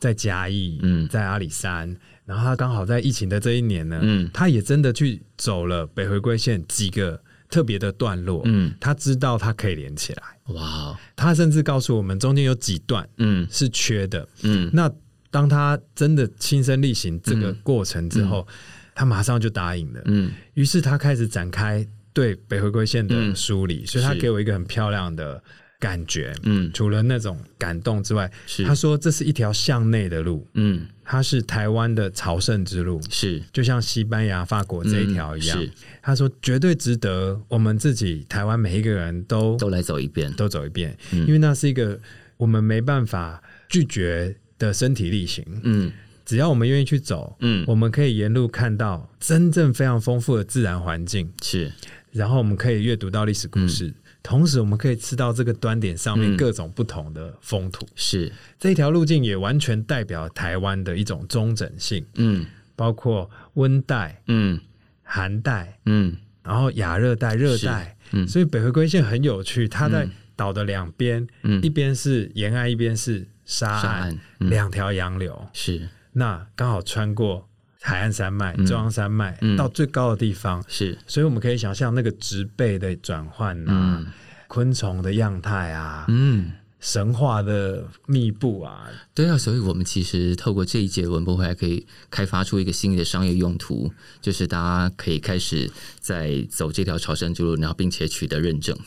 Speaker 2: 在嘉义，
Speaker 3: 嗯
Speaker 2: 在阿里山，然后他刚好在疫情的这一年呢，
Speaker 3: 嗯
Speaker 2: 他也真的去走了北回归线几个特别的段落，
Speaker 3: 嗯，
Speaker 2: 他知道他可以连起来，
Speaker 3: 哇哦，
Speaker 2: 他甚至告诉我们中间有几段
Speaker 3: 嗯
Speaker 2: 是缺的，
Speaker 3: 嗯
Speaker 2: 那当他真的亲身力行这个过程之后，他马上就答应了，
Speaker 3: 嗯
Speaker 2: 于是他开始展开对北回归线的梳理，所以他
Speaker 3: 是
Speaker 2: 给我一个很漂亮的感觉。
Speaker 3: 嗯
Speaker 2: 除了那种感动之外，
Speaker 3: 是
Speaker 2: 他说这是一条向内的路，
Speaker 3: 嗯
Speaker 2: 它是台湾的朝圣之路，
Speaker 3: 是
Speaker 2: 就像西班牙、法国这一条一样。
Speaker 3: 嗯是
Speaker 2: 他说绝对值得我们自己台湾每一个人都
Speaker 3: 都嗯来走一遍。
Speaker 2: 都走一遍，因为那是一个我们没办法拒绝的身体力行。
Speaker 3: 嗯
Speaker 2: 只要我们愿意去走，
Speaker 3: 嗯
Speaker 2: 我们可以沿路看到真正非常丰富的自然环境，
Speaker 3: 是
Speaker 2: 然后我们可以阅读到历史故事，同时我们可以吃到这个端点上面
Speaker 3: 嗯
Speaker 2: 各种不同的风土。
Speaker 3: 是
Speaker 2: 这条路径也完全代表台湾的一种中整性，
Speaker 3: 嗯
Speaker 2: 包括温带、
Speaker 3: 嗯
Speaker 2: 寒带，
Speaker 3: 嗯
Speaker 2: 然后亚热带、热带。
Speaker 3: 嗯
Speaker 2: 所以北回归线很有趣，它在岛的两边，
Speaker 3: 嗯
Speaker 2: 一边是沿岸，一边是沙
Speaker 3: 沙
Speaker 2: 岸
Speaker 3: 岸，嗯
Speaker 2: 两条洋流，
Speaker 3: 是
Speaker 2: 那刚好穿过海岸山脉、中央山脉、
Speaker 3: 嗯
Speaker 2: 到最高的地方，
Speaker 3: 是，
Speaker 2: 所以我们可以想象那个植被的转换啊，
Speaker 3: 嗯
Speaker 2: 昆虫的样态啊，
Speaker 3: 嗯。
Speaker 2: 神话的密布啊，
Speaker 3: 对啊，所以我们其实透过这一届文博会，还可以开发出一个新的商业用途，就是大家可以开始在走这条朝圣之路，然后并且取得认证。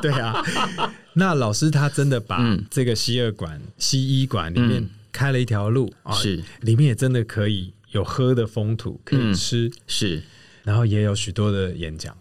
Speaker 2: 对啊。那老师他真的把
Speaker 3: 嗯
Speaker 2: 这个西二馆、西医馆里面
Speaker 3: 嗯
Speaker 2: 开了一条路啊，
Speaker 3: 是
Speaker 2: 里面也真的可以有喝的风土，可以
Speaker 3: 嗯
Speaker 2: 吃，
Speaker 3: 是，
Speaker 2: 然后也有许多的演讲。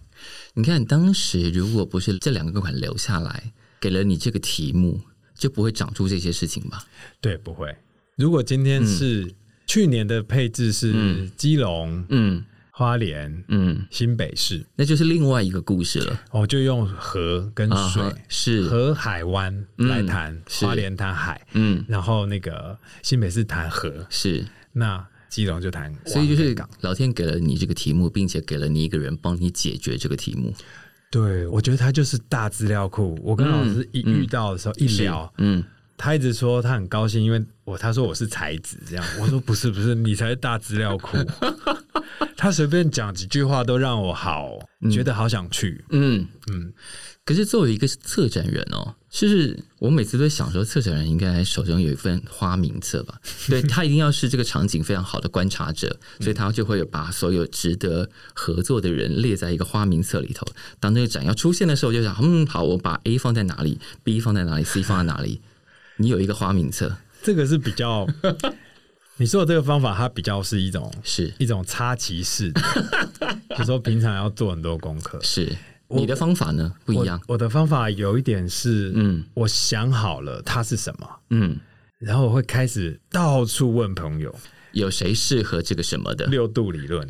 Speaker 3: 你看当时如果不是这两个款留下来，给了你这个题目，就不会长出这些事情吧？
Speaker 2: 对，不会。如果今天是、去年的配置是
Speaker 3: 嗯
Speaker 2: 基隆、
Speaker 3: 嗯
Speaker 2: 花莲、
Speaker 3: 嗯，
Speaker 2: 新北市，
Speaker 3: 那就是另外一个故事了。
Speaker 2: 我就用河跟啊水、
Speaker 3: 哈啊是，嗯
Speaker 2: 河海湾来谈、
Speaker 3: 是
Speaker 2: 花莲谈海，
Speaker 3: 嗯
Speaker 2: 然后那个新北市谈河，
Speaker 3: 是，
Speaker 2: 那基隆就谈湾
Speaker 3: 所以就
Speaker 2: 跟
Speaker 3: 是
Speaker 2: 港。
Speaker 3: 老天给了你这个题目，并且给了你一个人帮你解决这个题目。
Speaker 2: 对，我觉得它就是大资料库。我跟老师一
Speaker 3: 嗯
Speaker 2: 遇到的时候，一
Speaker 3: 是
Speaker 2: 聊，
Speaker 3: 嗯。
Speaker 2: 他一直说他很高兴，因为我他说我是才子这样， 我说不是不是，你才是大资料库。他随便讲几句话都让我好、觉得好想去，
Speaker 3: 嗯
Speaker 2: 嗯
Speaker 3: 嗯。可是作为一个策展人哦，就是我每次都想说，策展人应该手中有一份花名册 吧？对他一定要是这个场景非常好的观察者，
Speaker 2: 嗯
Speaker 3: 所以他就会有把所有值得合作的人列在一个花名册里头。当这个展要出现的时候，就想，嗯，好，我把 A 放在哪里，B 放在哪里，C 放在哪里。你有一个花名册，
Speaker 2: 这个是比 较你说的这个方法，它比较是一种
Speaker 3: 是
Speaker 2: 一种插旗式 的，就说平常要做很多功课，
Speaker 3: 是，
Speaker 2: 我
Speaker 3: 你的方法呢不一样。
Speaker 2: 我。我的方法有一点是，
Speaker 3: 嗯
Speaker 2: 我想好了它是什么，
Speaker 3: 嗯，
Speaker 2: 然后我会开始到处问朋友。
Speaker 3: 有谁适合这个什么的？
Speaker 2: 六度理论，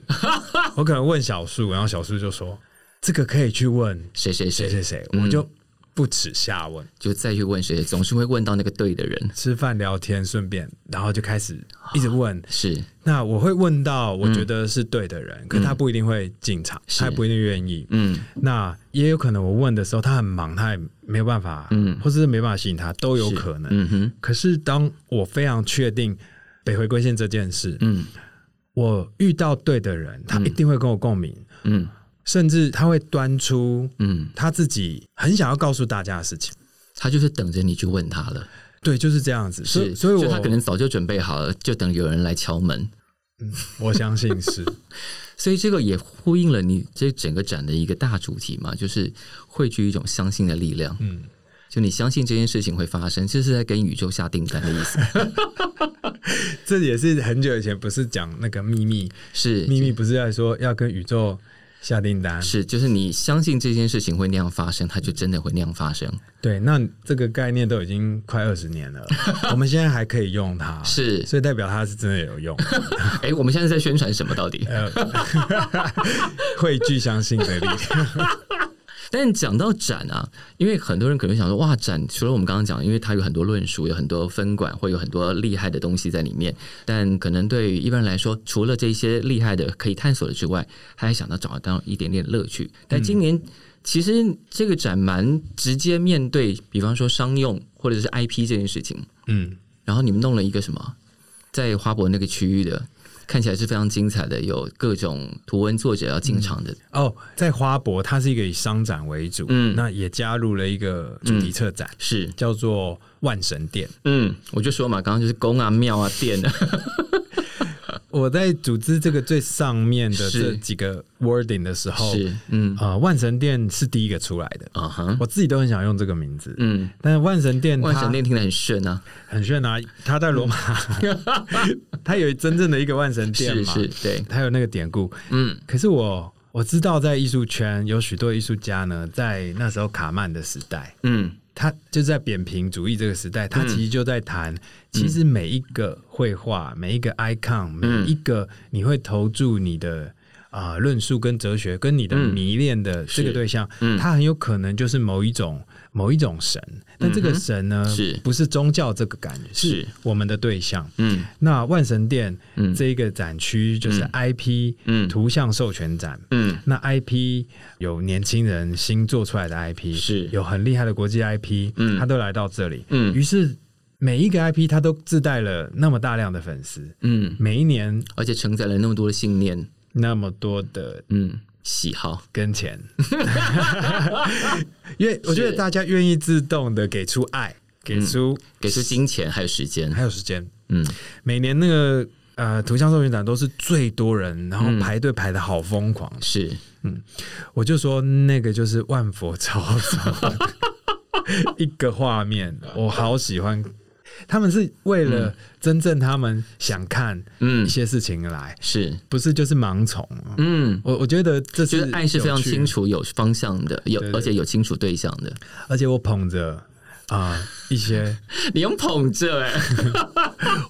Speaker 2: 我可能问小树，然后小树就说这个可以去问
Speaker 3: 谁谁
Speaker 2: 谁
Speaker 3: 谁
Speaker 2: 谁谁，我就不耻下问。
Speaker 3: 就再去问谁谁，总是会问到那个对的人。
Speaker 2: 吃饭聊天顺便，然后就开始一直问。
Speaker 3: 是
Speaker 2: 那我会问到我觉得是对的人，可他不一定会进场，
Speaker 3: 嗯是
Speaker 2: 他也不一定愿意。
Speaker 3: 嗯
Speaker 2: 那也有可能我问的时候他很忙，他也没有办法，
Speaker 3: 嗯
Speaker 2: 或者是没办法吸引他，都有可能。
Speaker 3: 嗯哼，
Speaker 2: 可是当我非常确定北回归线这件事，
Speaker 3: 嗯
Speaker 2: 我遇到对的人，他一定会跟我共鸣。
Speaker 3: 嗯
Speaker 2: 甚至他会端出
Speaker 3: 嗯，
Speaker 2: 他自己很想要告诉大家的事情。
Speaker 3: 他就是等着你去问他了，
Speaker 2: 对，就是这样子。所以，
Speaker 3: 是，
Speaker 2: 所以
Speaker 3: 就
Speaker 2: 我
Speaker 3: 他可能早就准备好了，就等有人来敲门。
Speaker 2: 我相信 是
Speaker 3: 所以这个也呼应了你这整个展的一个大主题嘛，就是汇聚一种相信的力量。
Speaker 2: 嗯，
Speaker 3: 就你相信这件事情会发生，这是在跟宇宙下订单的意 思。
Speaker 2: 这也是很久以前不是讲那个秘密，
Speaker 3: 是
Speaker 2: 秘密不是在说要跟宇宙下订单？
Speaker 3: 是，就是你相信这件事情会那样发生，它就真的会那样发生。
Speaker 2: 对，那这个概念都已经快二十年 了，我们现在还可以用它，
Speaker 3: 是
Speaker 2: 所以代表它是真的有 用。
Speaker 3: 哎、我们现在在宣传什么？到底？
Speaker 2: 呃，汇聚相信的力量。
Speaker 3: 但讲到展啊，因为很多人可能想说，哇，展除了我们刚刚讲，因为它有很多论述，有很多分管，会有很多厉害的东西在里面。但可能对于一般人来说，除了这些厉害的可以探索的之外，他还想到找到一点点乐趣。但今年其实这个展蛮直接面对，比方说商用或者是 IP 这件事情。
Speaker 2: 嗯，
Speaker 3: 然后你们弄了一个什么，在花博那个区域的，看起来是非常精彩的，有各种图文作者要进场的。
Speaker 2: 哦，在花博，它是一个以商展为主，
Speaker 3: 嗯
Speaker 2: 那也加入了一个主题策展。
Speaker 3: 是，
Speaker 2: 叫做万神殿。
Speaker 3: 嗯，我就说嘛，刚刚就是宫啊、庙啊、殿啊，
Speaker 2: 我在组织这个最上面的
Speaker 3: 是
Speaker 2: 这几个 wording 的时候，
Speaker 3: 是，嗯
Speaker 2: 呃，万神殿是第一个出来的，
Speaker 3: 啊哈，
Speaker 2: 我自己都很想用这个名字。
Speaker 3: 嗯，
Speaker 2: 但是万神殿它
Speaker 3: 万神殿听得很顺啊，
Speaker 2: 很炫啊，它在罗马， 它有真正的一个万神殿
Speaker 3: 嗯是
Speaker 2: 嘛，
Speaker 3: 是，对，
Speaker 2: 它有那个典故。
Speaker 3: 嗯
Speaker 2: 可是我我知道，在艺术圈有许多艺术家呢，在那时候卡曼的时代，
Speaker 3: 嗯
Speaker 2: 他就在扁平主义这个时代，他其实就在谈，
Speaker 3: 嗯
Speaker 2: 其实每一个绘画、每一个 icon、每
Speaker 3: 嗯
Speaker 2: 一个你会投注你的啊论、述跟哲学，跟你的迷恋的这个对象，
Speaker 3: 嗯
Speaker 2: 它很有可能就是某一种某一种神，但这个神呢，
Speaker 3: 嗯是
Speaker 2: 不是宗教这个感觉，
Speaker 3: 是
Speaker 2: 是我们的对象。
Speaker 3: 嗯
Speaker 2: 那万神殿
Speaker 3: 嗯
Speaker 2: 这一个展区就是 IP
Speaker 3: 嗯
Speaker 2: 图像授权展，
Speaker 3: 嗯
Speaker 2: 那 IP 有年轻人新做出来的 IP，
Speaker 3: 是
Speaker 2: 有很厉害的国际 IP，
Speaker 3: 嗯
Speaker 2: 他都来到这里，
Speaker 3: 嗯
Speaker 2: 于是每一个 IP 它都自带了那么大量的粉丝，
Speaker 3: 嗯，
Speaker 2: 每一年
Speaker 3: 而且承载了那么多的信念，
Speaker 2: 那么多的
Speaker 3: 嗯，喜好，
Speaker 2: 跟 钱，因为我觉得
Speaker 3: 是
Speaker 2: 大家愿意自动的给出爱，给出、
Speaker 3: 嗯给出金钱还有时间，
Speaker 2: 还有时间，
Speaker 3: 嗯，
Speaker 2: 每年那个呃图像授权展都是最多人，然后
Speaker 3: 嗯
Speaker 2: 排队排的好疯狂。
Speaker 3: 是
Speaker 2: 我就说那个就是万佛朝宗，一个画 面，我好喜欢。他们是为了真正他们想看
Speaker 3: 嗯
Speaker 2: 一些事情来，
Speaker 3: 是，
Speaker 2: 不是就是盲从。
Speaker 3: 嗯，
Speaker 2: 我我觉得这
Speaker 3: 就是是爱是非常
Speaker 2: 有趣
Speaker 3: 清楚、有方向的，有
Speaker 2: 对对
Speaker 3: 而且有清楚对象的。
Speaker 2: 而且我捧着啊、一些，
Speaker 3: 你用捧着哎、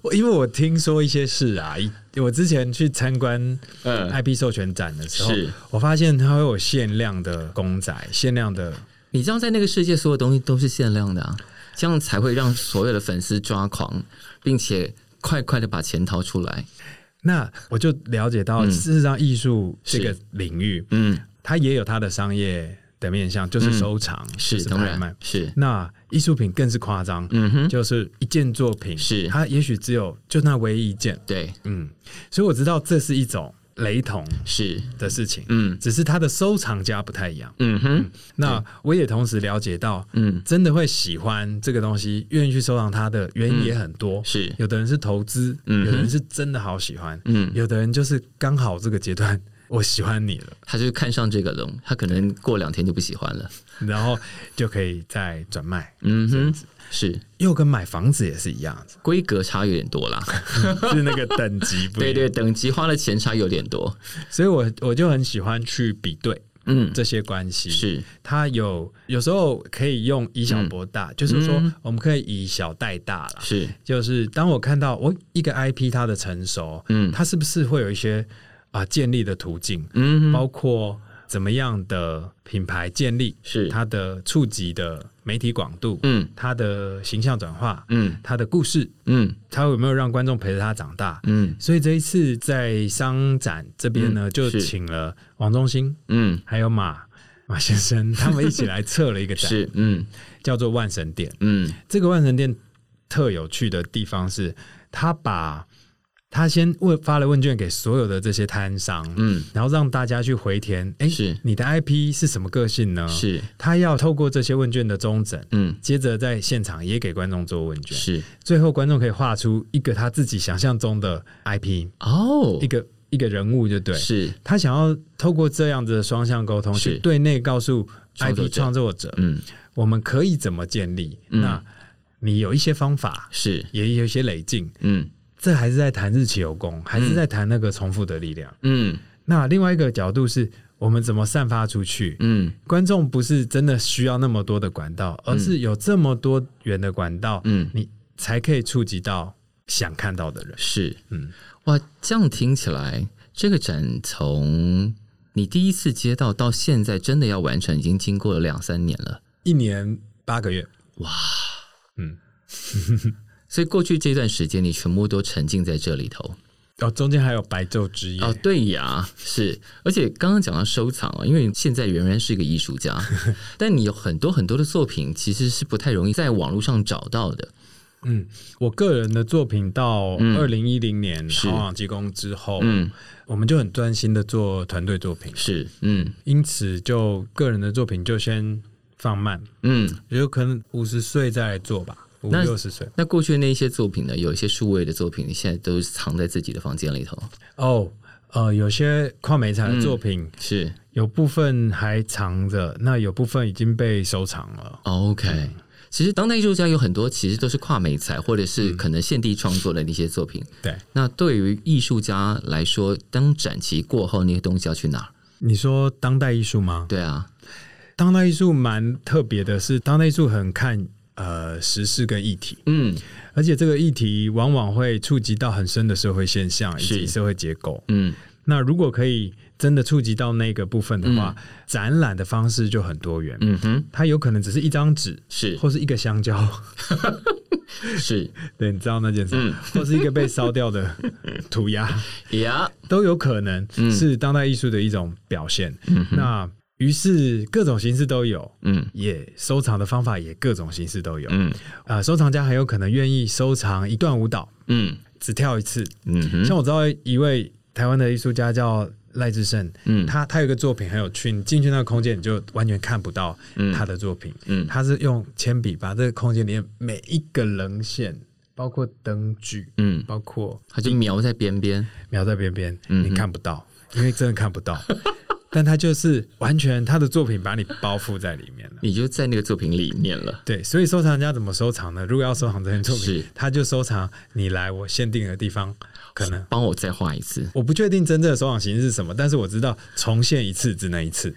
Speaker 2: 我因为我听说一些事啊，一我之前去参观
Speaker 3: 嗯，
Speaker 2: IP 授权展的时候
Speaker 3: 是，
Speaker 2: 我发现它会有限量的公仔，限量的
Speaker 3: 你知道在那个世界所有东西都是限量的啊，这样才会让所有的粉丝抓狂，并且快快的把钱掏出来。
Speaker 2: 那我就了解到，事实上艺术这个领域，
Speaker 3: 嗯，
Speaker 2: 它也有它的商业的面向，就是收藏，就是
Speaker 3: 当
Speaker 2: 拍
Speaker 3: 然
Speaker 2: 卖。
Speaker 3: 是，
Speaker 2: 那艺术品更是夸张，
Speaker 3: 嗯哼，
Speaker 2: 就是一件作品，
Speaker 3: 是
Speaker 2: 它也许只有就那唯一一件，
Speaker 3: 对，
Speaker 2: 嗯，所以我知道这是一种雷同
Speaker 3: 是，
Speaker 2: 的事情，
Speaker 3: 嗯
Speaker 2: 只是它的收藏家不太一样。
Speaker 3: 嗯哼，
Speaker 2: 那我也同时了解到，
Speaker 3: 嗯
Speaker 2: 真的会喜欢这个东西，愿意去收藏它的原因也很多，
Speaker 3: 嗯是，
Speaker 2: 有的人是投资，
Speaker 3: 嗯哼
Speaker 2: 有的人是真的好喜欢，
Speaker 3: 嗯，
Speaker 2: 有的人就是刚好这个阶段我喜欢你了，
Speaker 3: 他就是看上这个龙，他可能过两天就不喜欢了。
Speaker 2: 然后就可以再转卖。
Speaker 3: 嗯哼，是
Speaker 2: 又跟买房子也是一 样，
Speaker 3: 规格差有点多 啦，
Speaker 2: 是那个等级不一
Speaker 3: 对
Speaker 2: 样。
Speaker 3: 对，等级花的钱差有点多。
Speaker 2: 所以我我就很喜欢去比对
Speaker 3: 嗯，
Speaker 2: 这些关系。，
Speaker 3: 是，
Speaker 2: 它有有时候可以用以小博大，
Speaker 3: 嗯
Speaker 2: 就是说我们可以以小带大啦。
Speaker 3: 是，
Speaker 2: 就是当我看到我一个 IP 它的成熟，
Speaker 3: 嗯
Speaker 2: 它是不是会有一些啊、建立的途径，
Speaker 3: 嗯哼，
Speaker 2: 包括怎么样的品牌建立，
Speaker 3: 是，
Speaker 2: 它的触及的媒体广度，
Speaker 3: 嗯
Speaker 2: 它的形象转化，
Speaker 3: 嗯
Speaker 2: 它的故事，
Speaker 3: 嗯
Speaker 2: 它有没有让观众陪着他长大？
Speaker 3: 嗯
Speaker 2: 所以这一次在商展这边呢，
Speaker 3: 嗯
Speaker 2: 就是请了王中兴
Speaker 3: 嗯，
Speaker 2: 还有马马先 生，他们一起来测了一个展，
Speaker 3: 是，嗯
Speaker 2: 叫做万神殿。
Speaker 3: 嗯
Speaker 2: 这个万神殿特有趣的地方是，他把他先问发了问卷给所有的这些摊商，
Speaker 3: 嗯，
Speaker 2: 然后让大家去回填，哎、
Speaker 3: 是
Speaker 2: 你的 IP 是什么个性呢？
Speaker 3: 是，
Speaker 2: 他要透过这些问卷的中诊，
Speaker 3: 嗯
Speaker 2: 接着在现场也给观众做问卷，
Speaker 3: 是，
Speaker 2: 最后观众可以画出一个他自己想象中的 IP，
Speaker 3: 哦
Speaker 2: 一，个一个人物就对。
Speaker 3: 是，
Speaker 2: 他想要透过这样子的双向沟通，
Speaker 3: 是
Speaker 2: 去对内告诉
Speaker 3: 创作者
Speaker 2: IP 创作者，
Speaker 3: 嗯
Speaker 2: 我们可以怎么建立？
Speaker 3: 嗯
Speaker 2: 那你有一些方法，
Speaker 3: 是，
Speaker 2: 也有一些累进，
Speaker 3: 嗯
Speaker 2: 这还是在谈日期有功，还是在谈那个重复的力量。
Speaker 3: 嗯
Speaker 2: 那另外一个角度是我们怎么散发出去？
Speaker 3: 嗯
Speaker 2: 观众不是真的需要那么多的管道，而是有这么多元的管道，
Speaker 3: 嗯
Speaker 2: 你才可以触及到想看到的人。
Speaker 3: 是，
Speaker 2: 嗯，
Speaker 3: 哇，这样听起来，这个展从你第一次接到到现在真的要完成，已经经过了两三年了。
Speaker 2: 一年八个月，
Speaker 3: 哇，
Speaker 2: 嗯，
Speaker 3: 所以过去这段时间，你全部都沉浸在这里头。
Speaker 2: 哦，中间还有白昼之夜，
Speaker 3: 哦，对呀，是。而且刚刚讲到收藏啊，因为你现在仍然是一个艺术家， 但你有很多很多的作品其实是不太容易在网络上找到的。
Speaker 2: 嗯，我个人的作品到
Speaker 3: 嗯
Speaker 2: 二零一零年
Speaker 3: 是
Speaker 2: 《好网技工》之后，
Speaker 3: 嗯，
Speaker 2: 我们就很专心的做团队作品，
Speaker 3: 是，嗯
Speaker 2: 因此就个人的作品就先放慢，
Speaker 3: 嗯。
Speaker 2: 有可能五十岁再来做吧，五
Speaker 3: 那
Speaker 2: 六十岁。
Speaker 3: 那过去那一些作品呢？有一些数位的作品，你现在都藏在自己的房间里头。
Speaker 2: 哦，呃，有些跨媒材的作品、
Speaker 3: 是，
Speaker 2: 有部分还藏着，那有部分已经被收藏了。
Speaker 3: 哦 OK，、其实当代艺术家有很多其实都是跨媒材或者是可能现地创作的那些作品。
Speaker 2: 对，
Speaker 3: 那嗯对于艺术家来说，当展期过后，那些东西要去哪儿？
Speaker 2: 你说当代艺术吗？
Speaker 3: 对啊，
Speaker 2: 当代艺术蛮特别的是，当代艺术很看呃时事跟议题，
Speaker 3: 嗯
Speaker 2: 而且这个议题往往会触及到很深的社会现象以及
Speaker 3: 是
Speaker 2: 社会结构。
Speaker 3: 嗯
Speaker 2: 那如果可以真的触及到那个部分的话，展览的方式就很多元。
Speaker 3: 嗯哼，
Speaker 2: 它有可能只是一张纸，
Speaker 3: 是
Speaker 2: 或是一个香蕉，
Speaker 3: 是
Speaker 2: 对，你知道那件事，
Speaker 3: 嗯
Speaker 2: 或是一个被烧掉的 涂 鸦，
Speaker 3: 呀，嗯
Speaker 2: 都有可能是当代艺术的一种表现。那于是各种形式都有，
Speaker 3: 嗯
Speaker 2: 也收藏的方法也各种形式都有。
Speaker 3: 嗯
Speaker 2: 啊，收藏家很有可能愿意收藏一段舞蹈，
Speaker 3: 嗯
Speaker 2: 只跳一次。
Speaker 3: 嗯哼，
Speaker 2: 像我知道一位台湾的艺术家叫赖志胜，
Speaker 3: 嗯
Speaker 2: 他他有一个作品很有趣，你进去那个空间，你就完全看不到
Speaker 3: 嗯
Speaker 2: 他的作品。
Speaker 3: 嗯
Speaker 2: 他是用铅笔把这个空间里面每一个棱线，包括灯具，
Speaker 3: 嗯，
Speaker 2: 包括
Speaker 3: 他就描在边边，
Speaker 2: 描在边边，
Speaker 3: 嗯
Speaker 2: 你看不到，因为真的看不到。 但他就是完全他的作品把你包覆在里 面了。
Speaker 3: 你就在那个作品里面了。
Speaker 2: 对，所以收藏家怎么收藏呢？如果要收藏这件作
Speaker 3: 是
Speaker 2: 品，他就收藏你来我限定的地方，可能
Speaker 3: 帮我再画一次，
Speaker 2: 我不确定真正的收藏形式是什么，但是我知道重现一次只能一 次，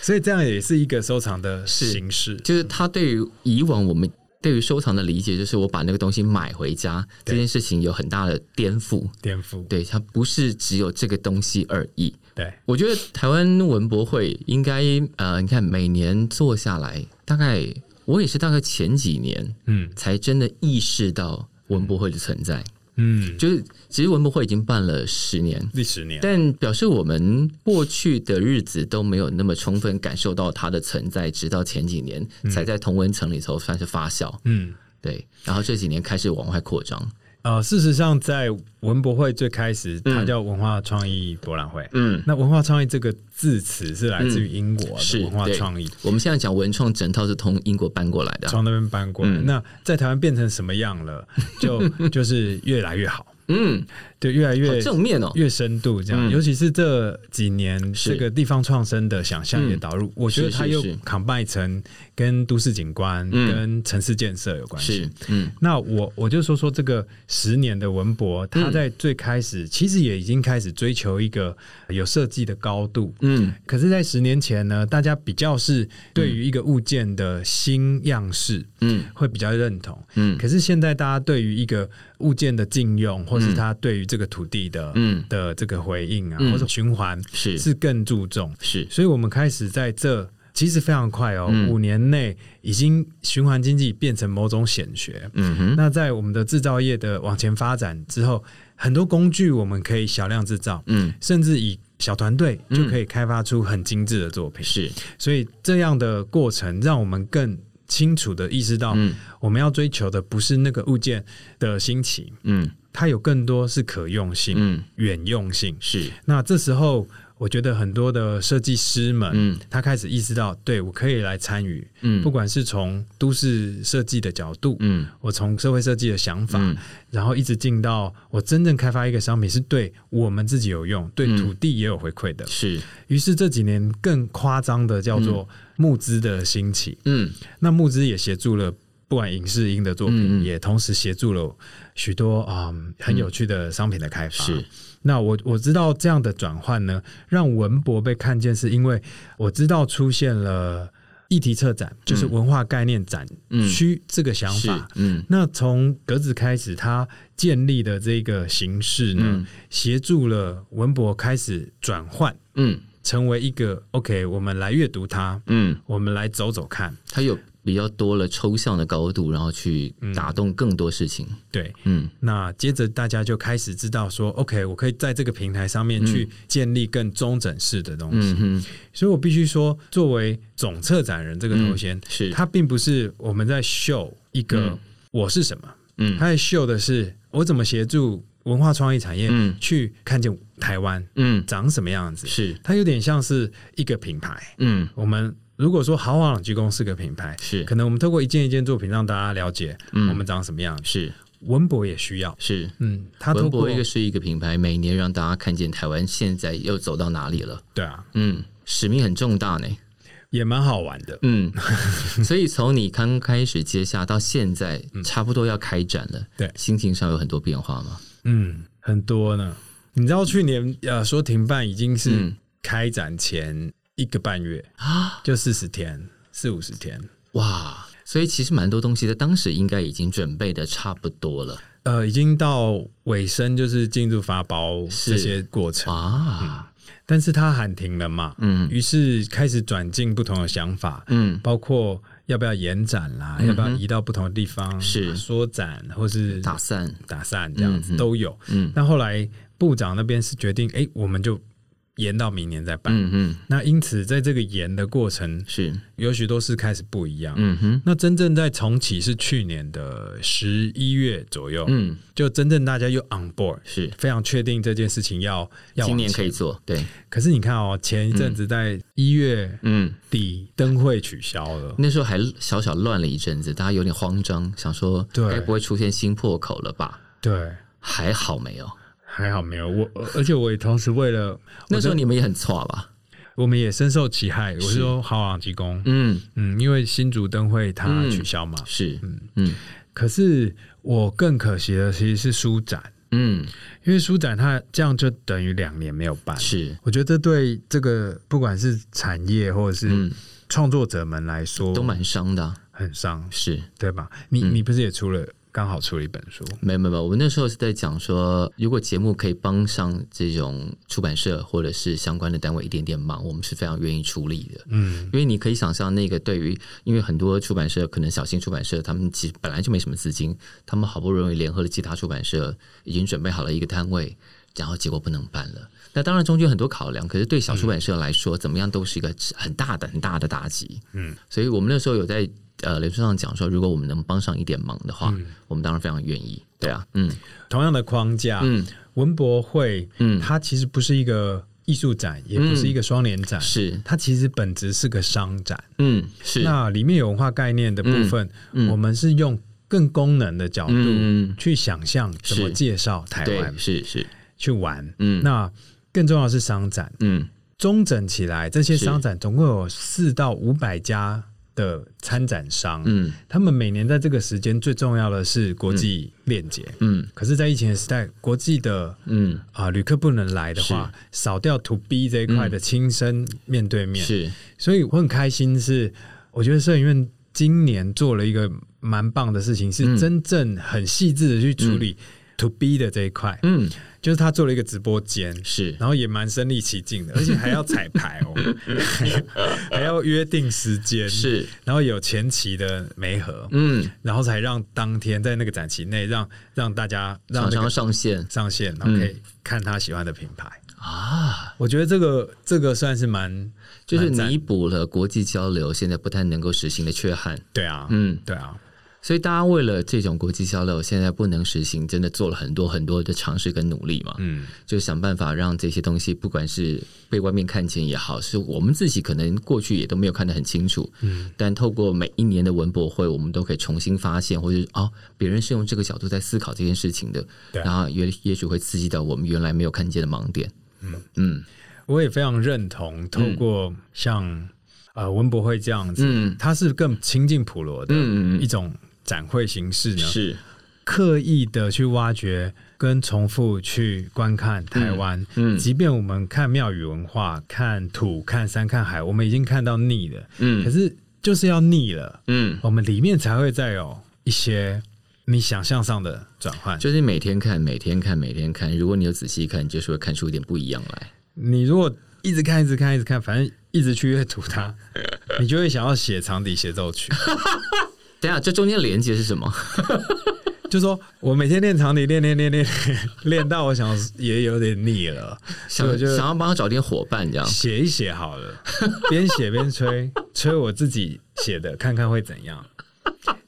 Speaker 2: 所以这样也是一个收藏的形式。
Speaker 3: 就是他对于以往我们对于收藏的理解，就是我把那个东西买回家这
Speaker 2: 对
Speaker 3: 件事情有很大的颠覆。
Speaker 2: 颠覆，
Speaker 3: 对，它不是只有这个东西而已。
Speaker 2: 对
Speaker 3: 我觉得台湾文博会应该，呃，你看每年做下来，大概我也是大概前几年
Speaker 2: 嗯
Speaker 3: 才真的意识到文博会的存在。
Speaker 2: 嗯，
Speaker 3: 就是其实文博会已经办了十年，
Speaker 2: 历史年，
Speaker 3: 但表示我们过去的日子都没有那么充分感受到它的存在，直到前几年才在同文层里头算是发酵。
Speaker 2: 嗯
Speaker 3: 对，然后这几年开始往外扩张。
Speaker 2: 呃，事实上，在文博会最开始，它叫文化创意博览会。
Speaker 3: 嗯，
Speaker 2: 那文化创意这个字词是来自于英国
Speaker 3: 是
Speaker 2: 的文化
Speaker 3: 对
Speaker 2: 创意，
Speaker 3: 我们现在讲文创整套是从英国搬过来的啊。
Speaker 2: 从那边搬过来。
Speaker 3: 嗯
Speaker 2: 那在台湾变成什么样了？就 就是越来越好，
Speaker 3: 嗯，
Speaker 2: 对，越来
Speaker 3: 好
Speaker 2: 越
Speaker 3: 正面哦。
Speaker 2: 越深度这样，
Speaker 3: 嗯
Speaker 2: 尤其是这几年
Speaker 3: 是嗯
Speaker 2: 这个地方创生的想象也导入，我觉得
Speaker 3: 是
Speaker 2: 它
Speaker 3: 是
Speaker 2: 又
Speaker 3: 是
Speaker 2: combine 成跟都市景观、
Speaker 3: 嗯
Speaker 2: 跟城市建设有关系。
Speaker 3: 是，嗯
Speaker 2: 那我我就说说这个十年的文博，
Speaker 3: 嗯
Speaker 2: 它在最开始、其实也已经开始追求一个有设计的高度。
Speaker 3: 嗯
Speaker 2: 可是，在十年前呢，大家比较是对于一个物件的新样式
Speaker 3: 嗯
Speaker 2: 会比较认同，
Speaker 3: 嗯
Speaker 2: 可是现在大家对于一个物件的禁用，或是他对于这个土地的、
Speaker 3: 嗯
Speaker 2: 的这个回应啊，
Speaker 3: 嗯
Speaker 2: 或者循环
Speaker 3: 是
Speaker 2: 是更注重，
Speaker 3: 是，
Speaker 2: 所以我们开始在这。其实非常快哦，
Speaker 3: 嗯
Speaker 2: 五年内已经循环经济变成某种显学。
Speaker 3: 嗯哼，
Speaker 2: 那在我们的制造业的往前发展之后，很多工具我们可以小量制造，
Speaker 3: 嗯
Speaker 2: 甚至以小团队就可以开发出很精致的作品。
Speaker 3: 是，
Speaker 2: 所以这样的过程，让我们更清楚的意识到，
Speaker 3: 嗯
Speaker 2: 我们要追求的不是那个物件的新奇，
Speaker 3: 嗯
Speaker 2: 它有更多是可用性、
Speaker 3: 嗯
Speaker 2: 远、用性。
Speaker 3: 是，
Speaker 2: 那这时候，我觉得很多的设计师们，
Speaker 3: 嗯
Speaker 2: 他开始意识到，对我可以来参与，
Speaker 3: 嗯
Speaker 2: 不管是从都市设计的角度，
Speaker 3: 嗯
Speaker 2: 我从社会设计的想法，
Speaker 3: 嗯
Speaker 2: 然后一直进到我真正开发一个商品，是对我们自己有用，对
Speaker 3: 嗯
Speaker 2: 土地也有回馈的。
Speaker 3: 是，
Speaker 2: 于是这几年更夸张的叫做募资的兴起，
Speaker 3: 嗯
Speaker 2: 那募资也协助了。不管影视音的作品，
Speaker 3: 嗯嗯
Speaker 2: 也同时协助了许多啊、嗯很有趣的商品的开发。
Speaker 3: 是，
Speaker 2: 那我我知道这样的转换呢，让文博被看见，是因为我知道出现了议题策展，就是文化概念展
Speaker 3: 嗯
Speaker 2: 区这个想
Speaker 3: 是
Speaker 2: 啊法。，
Speaker 3: 嗯
Speaker 2: 那从格子开始，它建立的这个形式呢
Speaker 3: 嗯，
Speaker 2: 协、助了文博开始转换，
Speaker 3: 嗯
Speaker 2: 成为一个 OK，我们来阅读它，
Speaker 3: 嗯，
Speaker 2: 我们来走走看。
Speaker 3: 它有比较多了抽象的高度，然后去
Speaker 2: 嗯
Speaker 3: 打动更多事情。
Speaker 2: 对，
Speaker 3: 嗯
Speaker 2: 那接着大家就开始知道说，OK，我可以在这个平台上面去建立更中整式的东西。
Speaker 3: 嗯嗯哼，
Speaker 2: 所以我必须说，作为总策展人这个头衔，
Speaker 3: 是，
Speaker 2: 它并不是我们在秀一个
Speaker 3: 嗯
Speaker 2: 我是什么，
Speaker 3: 嗯
Speaker 2: 它在秀的是我怎么协助文化创意产业
Speaker 3: 嗯
Speaker 2: 去看见台湾
Speaker 3: 嗯
Speaker 2: 长什么样子。
Speaker 3: 是，
Speaker 2: 它有点像是一个品牌。
Speaker 3: 嗯
Speaker 2: 我们如果说好往朗鞠躬是个品牌，
Speaker 3: 是
Speaker 2: 可能我们透过一件一件作品让大家了解
Speaker 3: 嗯
Speaker 2: 我们长什么样子。
Speaker 3: 是
Speaker 2: 文博也需要，
Speaker 3: 是。
Speaker 2: 嗯，它透
Speaker 3: 文博
Speaker 2: 过
Speaker 3: 一个是一个品牌，每年让大家看见台湾现在又走到哪里了。
Speaker 2: 对啊，
Speaker 3: 嗯，使命很重大呢。
Speaker 2: 也蛮好玩的。
Speaker 3: 嗯，所以从你刚开始接下到现在，差不多要开展了，
Speaker 2: 嗯对
Speaker 3: 心情上有很多变化吗？
Speaker 2: 嗯，很多呢。你知道去年呃说停办已经是
Speaker 3: 嗯
Speaker 2: 开展前一个半月，
Speaker 3: 啊，
Speaker 2: 就四十天、四五十天。
Speaker 3: 哇！所以其实蛮多东西在当时应该已经准备的差不多了
Speaker 2: 呃，已经到尾声，就是进入发包
Speaker 3: 是
Speaker 2: 这些过程，
Speaker 3: 啊，
Speaker 2: 但是他喊停了嘛，
Speaker 3: 嗯
Speaker 2: 于是开始转进不同的想法，
Speaker 3: 嗯
Speaker 2: 包括要不要延展啦，要不要移到不同的地方，啊
Speaker 3: 是
Speaker 2: 缩展或是
Speaker 3: 打散，
Speaker 2: 打散这样子
Speaker 3: 嗯嗯
Speaker 2: 都有。
Speaker 3: 嗯
Speaker 2: 但后来部长那边是决定，哎、我们就延到明年再办。
Speaker 3: 嗯嗯，
Speaker 2: 那因此，在这个延的过程，
Speaker 3: 是，
Speaker 2: 有许多事开始不一样。
Speaker 3: 嗯哼，
Speaker 2: 那真正在重启是去年的十一月左右，
Speaker 3: 嗯
Speaker 2: 就真正大家又 on board，
Speaker 3: 是，
Speaker 2: 非常确定这件事情要要
Speaker 3: 今
Speaker 2: 往
Speaker 3: 年可以
Speaker 2: 前。
Speaker 3: 做，对，
Speaker 2: 可是你看哦，前一阵子在一月
Speaker 3: 嗯，
Speaker 2: 底灯会取消了，
Speaker 3: 那时候还小小乱了一阵子，大家有点慌张，想说
Speaker 2: 对
Speaker 3: 该不会出现新破口了吧？
Speaker 2: 对，
Speaker 3: 还好没有，
Speaker 2: 还好没有我，而且我也同时为了
Speaker 3: 那时候你们也很错啊吧？
Speaker 2: 我们也深受其害。我是说，好朗济公，
Speaker 3: 嗯，
Speaker 2: 嗯，因为新竹灯会它取消嘛，
Speaker 3: 是，嗯
Speaker 2: 可是我更可惜的其实是书展，
Speaker 3: 嗯，
Speaker 2: 因为书展它这样就等于两年没有办。
Speaker 3: 是，
Speaker 2: 我觉得这对这个不管是产业或者是
Speaker 3: 嗯，
Speaker 2: 创作者们来说，
Speaker 3: 都嗯蛮伤的啊，
Speaker 2: 很伤，
Speaker 3: 是。
Speaker 2: 对吧？你你不是也出了刚好出了一本书？
Speaker 3: 没有没有没有，我们那时候是在讲说，如果节目可以帮上这种出版社或者是相关的单位一点点忙，我们是非常愿意出力的。
Speaker 2: 嗯，
Speaker 3: 因为你可以想象，那个对于因为很多出版社，可能小型出版社，他们其实本来就没什么资金，他们好不容易联合了其他出版社，已经准备好了一个摊位，然后结果不能办了。那当然中间有很多考量，可是对小出版社来说，怎么样都是一个很大的、很大的打击。
Speaker 2: 嗯，
Speaker 3: 所以我们那时候有在呃脸书上讲说，如果我们能帮上一点忙的话，我们当然非常愿意。对啊，嗯
Speaker 2: 同样的框架，
Speaker 3: 嗯
Speaker 2: 文博会
Speaker 3: 嗯，
Speaker 2: 它其实不是一个艺术展，也不是一个双联展，
Speaker 3: 是，
Speaker 2: 它其实本质是个商展。
Speaker 3: 嗯是，嗯
Speaker 2: 那里面有文化概念的部分，我们是用更功能的角度
Speaker 3: 嗯嗯
Speaker 2: 去想象怎么
Speaker 3: 是
Speaker 2: 介绍台
Speaker 3: 嗯，
Speaker 2: 湾
Speaker 3: 对，是是，
Speaker 2: 去玩。
Speaker 3: 嗯
Speaker 2: 那更重要的是商展，
Speaker 3: 嗯
Speaker 2: 中整起来，这些
Speaker 3: 是
Speaker 2: 商展总共有四到五百家的参展商，
Speaker 3: 嗯
Speaker 2: 他们每年在这个时间最重要的是国际链接。
Speaker 3: 嗯
Speaker 2: 可是，在疫情的时代，国际的
Speaker 3: 嗯
Speaker 2: 啊、旅客不能来的话，少掉 to B 这一块
Speaker 3: 嗯
Speaker 2: 的亲身面对面，
Speaker 3: 是，
Speaker 2: 所以我很开心是，我觉得摄影院今年做了一个蛮棒的事情，是
Speaker 3: 嗯
Speaker 2: 真正很细致的去处理 to B 的这一块，
Speaker 3: 嗯
Speaker 2: 就是他做了一个直播间，
Speaker 3: 是。
Speaker 2: 然后也蛮身临其 境的，而且还要彩排哦，还要还要约定时间，
Speaker 3: 是，
Speaker 2: 然后有前期的媒合，
Speaker 3: 嗯，
Speaker 2: 然后才让当天在那个展期内让让大家让那
Speaker 3: 厂商
Speaker 2: 个
Speaker 3: 上线
Speaker 2: 上线，然后可以看他喜欢的品牌。
Speaker 3: 啊，
Speaker 2: 我觉得这个这个算是蛮
Speaker 3: 就是
Speaker 2: 蛮赞
Speaker 3: 弥补了国际交流现在不太能够实行的缺憾。
Speaker 2: 对啊，
Speaker 3: 嗯，
Speaker 2: 对啊，
Speaker 3: 所以大家为了这种国际交流现在不能实行，真的做了很多很多的尝试跟努力嘛。
Speaker 2: 嗯，
Speaker 3: 就想办法让这些东西，不管是被外面看见也好，是我们自己可能过去也都没有看得很清楚，嗯，但透过每一年的文博会，我们都可以重新发现，或者是哦，别人是用这个角度在思考这件事情的，
Speaker 2: 对
Speaker 3: 然后也也许会刺激到我们原来没有看见的盲点。嗯
Speaker 2: 我也非常认同，透过像、呃文博会这样子，
Speaker 3: 嗯
Speaker 2: 它是更亲近普罗的
Speaker 3: 嗯嗯
Speaker 2: 一啊种展会形式呢，
Speaker 3: 是
Speaker 2: 刻意的去挖掘跟重复去观看台湾。
Speaker 3: 嗯
Speaker 2: 即便我们看庙宇文化、看土、看山、看海，我们已经看到腻了，
Speaker 3: 嗯
Speaker 2: 可是就是要腻了，
Speaker 3: 嗯，
Speaker 2: 我们里面才会再有一些你想象上的转换。
Speaker 3: 就是每天看，每天看，每天看。如果你有仔细看，你就是会看出一点不一样来。
Speaker 2: 你如果一直看、一直看、一直看，反正一直去阅读 它，你就会想要写长笛协奏曲。
Speaker 3: 等一下，这中间连接是什么？
Speaker 2: 就说我每天练长笛，练练练练练到我想也有点腻了，所
Speaker 3: 想
Speaker 2: 以我就
Speaker 3: 想要帮他找点伙伴，这样
Speaker 2: 写一写好了，边写边吹，吹我自己写的，看看会怎样。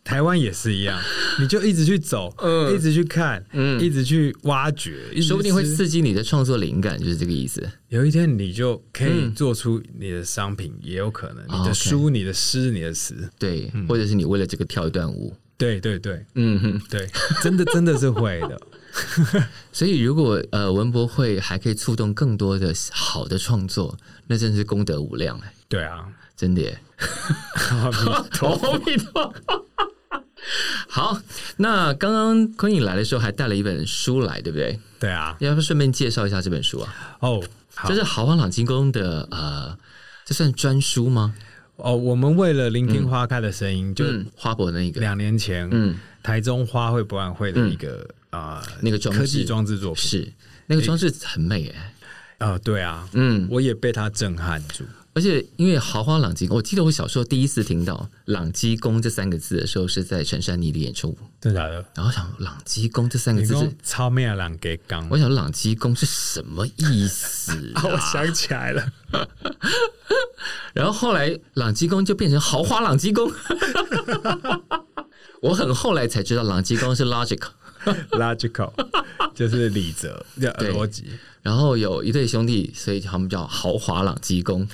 Speaker 2: 台湾也是一样，你就一直去走，
Speaker 3: 嗯
Speaker 2: 一直去看，
Speaker 3: 嗯
Speaker 2: 一直去挖掘，一直去
Speaker 3: 说不定会
Speaker 2: 吃
Speaker 3: 刺激你的创作灵感，就是这个意思。
Speaker 2: 有一天你就可以
Speaker 3: 嗯
Speaker 2: 做出你的商品，也有可能
Speaker 3: 哦
Speaker 2: 你的
Speaker 3: OK
Speaker 2: 书、你的诗、你的词。
Speaker 3: 对，或者是你为了这个跳一段舞。
Speaker 2: 对对对
Speaker 3: 嗯哼，
Speaker 2: 对， 真的真的是会的。
Speaker 3: 所以如果呃文博会还可以触动更多的好的创作，那真是功德无量哎，
Speaker 2: 对啊，
Speaker 3: 真的耶！ 阿弥陀佛。好，那刚刚昆影来的时候还带了一本书来，对不对？
Speaker 2: 对啊，
Speaker 3: 要不顺便介绍一下这本书啊？
Speaker 2: 哦，好
Speaker 3: 这，是豪华朗金宫的呃，这算专书吗？
Speaker 2: 哦，我们为了聆听花开的声音，就
Speaker 3: 嗯，花博那个，
Speaker 2: 两年前，
Speaker 3: 嗯，
Speaker 2: 台中花卉博览会的一嗯个啊、呃
Speaker 3: 那个装置
Speaker 2: 科技装置作品
Speaker 3: 是那个装置很美哎、
Speaker 2: 啊、呃对啊，
Speaker 3: 嗯，
Speaker 2: 我也被它震撼住。
Speaker 3: 而且因为豪华朗基宫，我记得我小时候第一次听到“朗基宫”这三个字的时候，是在陈珊妮的演出，
Speaker 2: 真的假的？
Speaker 3: 然后想“朗基宫”这三个
Speaker 2: 你
Speaker 3: 字是
Speaker 2: 说超妹啊，朗给刚
Speaker 3: 我想“朗基宫”是什么意思、
Speaker 2: 啊 ，我想起来了，
Speaker 3: 然后后来朗基宫就变成豪华朗 基宫。我很后来才知道朗基宫是 Logic。
Speaker 2: logical 就是理则、要
Speaker 3: 对
Speaker 2: 逻辑，
Speaker 3: 然后有一对兄弟，所以他们叫豪华朗基宫。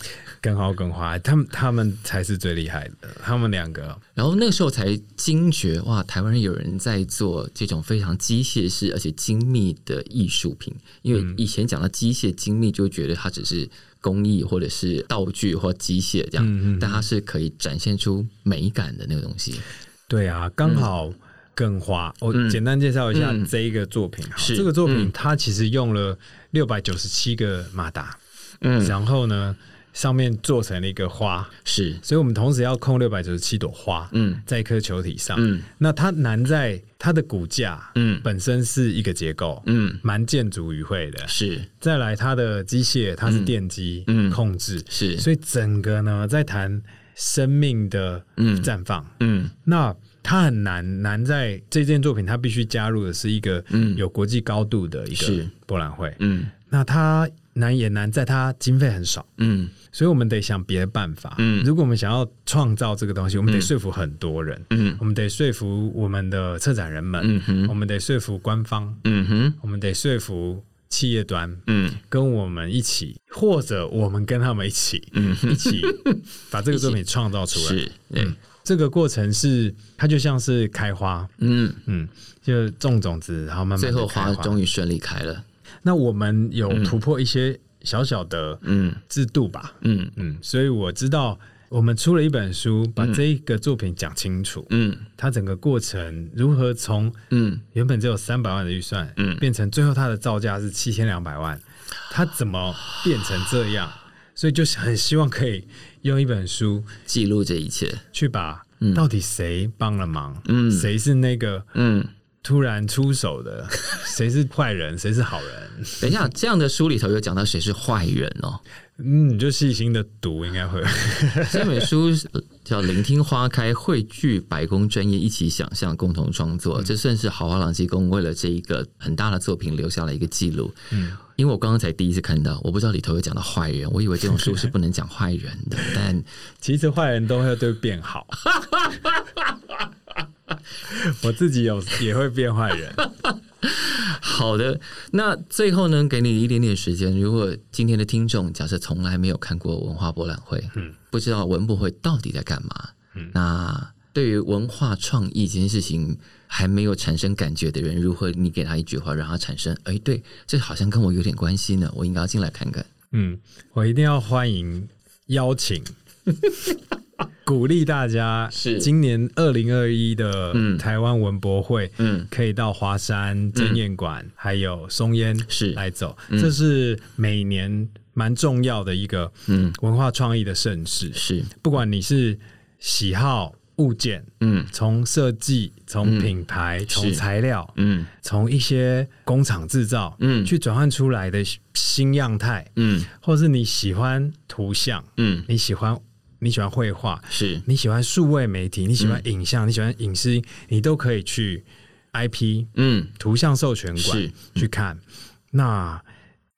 Speaker 2: 更好更花，他们他们才是最厉害的，他们两个
Speaker 3: 然后那个时候才惊觉，哇，台湾人有人在做这种非常机械式而且精密的艺术品。因为以前讲到机械精密，就觉得它只是工艺或者是道具或机械这样，但它是可以展现出美感的那个东西。
Speaker 2: 对啊，刚好更花。我简单介绍一下
Speaker 3: 嗯
Speaker 2: 这一个作品。好
Speaker 3: 是嗯
Speaker 2: 这个作品它其实用了六百九十七个马达，
Speaker 3: 嗯，
Speaker 2: 然后呢上面做成了一个花，
Speaker 3: 是，
Speaker 2: 所以我们同时要控六百九十七朵花
Speaker 3: 嗯
Speaker 2: 在一颗球体上。
Speaker 3: 嗯
Speaker 2: 那它难在它的骨架
Speaker 3: 嗯
Speaker 2: 本身是一个结构，
Speaker 3: 嗯，
Speaker 2: 蛮建筑语汇的。
Speaker 3: 是
Speaker 2: 再来，它的机械它是电机
Speaker 3: 嗯
Speaker 2: 控制，
Speaker 3: 是，
Speaker 2: 所以整个呢在谈生命的
Speaker 3: 嗯
Speaker 2: 绽放。
Speaker 3: 嗯
Speaker 2: 那它很难难在这件作品，它必须加入的是一个
Speaker 3: 嗯
Speaker 2: 有国际高度的一个
Speaker 3: 是
Speaker 2: 博览会。
Speaker 3: 嗯
Speaker 2: 那它难也难在它经费很少，
Speaker 3: 嗯
Speaker 2: 所以我们得想别的办法。
Speaker 3: 嗯
Speaker 2: 如果我们想要创造这个东西，我们得说服很多人，
Speaker 3: 嗯
Speaker 2: 我们得说服我们的策展人们，
Speaker 3: 嗯
Speaker 2: 我
Speaker 3: 哼，
Speaker 2: 们得说服官方，
Speaker 3: 嗯哼，
Speaker 2: 我们得说服企业端。
Speaker 3: 嗯
Speaker 2: 跟我们一起，或者我们跟他们一起，
Speaker 3: 嗯哼，
Speaker 2: 一起把这个作品创造出来。
Speaker 3: 是，对，
Speaker 2: 这个过程是，它就像是开花，
Speaker 3: 嗯，
Speaker 2: 嗯，就种种子，然后慢慢
Speaker 3: 最后
Speaker 2: 地开
Speaker 3: 花终于顺利开了，
Speaker 2: 那我们有突破一些小小的
Speaker 3: 嗯
Speaker 2: 制度吧，
Speaker 3: 嗯
Speaker 2: 嗯所以我知道我们出了一本书，把这一个作品讲清楚，
Speaker 3: 嗯
Speaker 2: 它整个过程如何从
Speaker 3: 嗯
Speaker 2: 原本只有三百万的预算，
Speaker 3: 嗯
Speaker 2: 变成最后它的造价是七千两百万，它怎么变成这样？所以就是很希望可以用一本书
Speaker 3: 记录这一切，
Speaker 2: 去把到底谁帮了忙，
Speaker 3: 嗯
Speaker 2: 谁是那个
Speaker 3: 嗯，
Speaker 2: 突然出手 的，谁是坏人，谁是好人？
Speaker 3: 等一下，这样的书里头有讲到谁是坏人哦，
Speaker 2: 嗯，你就细心的读，应该会。
Speaker 3: 这本书叫《聆听花开》，汇聚百工专业一起想象，共同创作。这算是豪华朗基宫为了这一个很大的作品留下了一个记录。嗯，因为我刚刚才第一次看到，我不知道里头有讲到坏人，我以为这种书是不能讲坏人的，但
Speaker 2: 其实坏人都会对变 好，我自己有也会变坏人。
Speaker 3: 好的，那最后呢，给你一点点时间。如果今天的听众假设从来没有看过文化博览会，嗯，不知道文博会到底在干嘛，嗯，那对于文化创意这件事情还没有产生感觉的人，如何你给他一句话，让他产生，哎，对，这好像跟我有点关系呢，我应该要进来看看。
Speaker 2: 嗯，我一定要欢迎邀 请，鼓励大家
Speaker 3: 是
Speaker 2: 今年二零二一的
Speaker 3: 嗯
Speaker 2: 台湾文博会，
Speaker 3: 嗯
Speaker 2: 可以到华山珍宴馆、还有松烟
Speaker 3: 是
Speaker 2: 来走，这是每年蛮重要的一个
Speaker 3: 嗯
Speaker 2: 文化创意的盛事。
Speaker 3: 是，
Speaker 2: 不管你是喜好物件，
Speaker 3: 嗯
Speaker 2: 从设计、从品牌、从材料、
Speaker 3: 嗯
Speaker 2: 从一些工厂制造，
Speaker 3: 嗯
Speaker 2: 去转换出来的新样态，
Speaker 3: 嗯
Speaker 2: 或是你喜欢图像，
Speaker 3: 嗯，
Speaker 2: 你喜欢你喜欢绘画，
Speaker 3: 是，
Speaker 2: 你喜欢数位媒体，你喜
Speaker 3: 嗯
Speaker 2: 欢影像，你喜欢影视音，你都可以去 IP
Speaker 3: 嗯
Speaker 2: 图像授权馆
Speaker 3: 是嗯
Speaker 2: 去看。那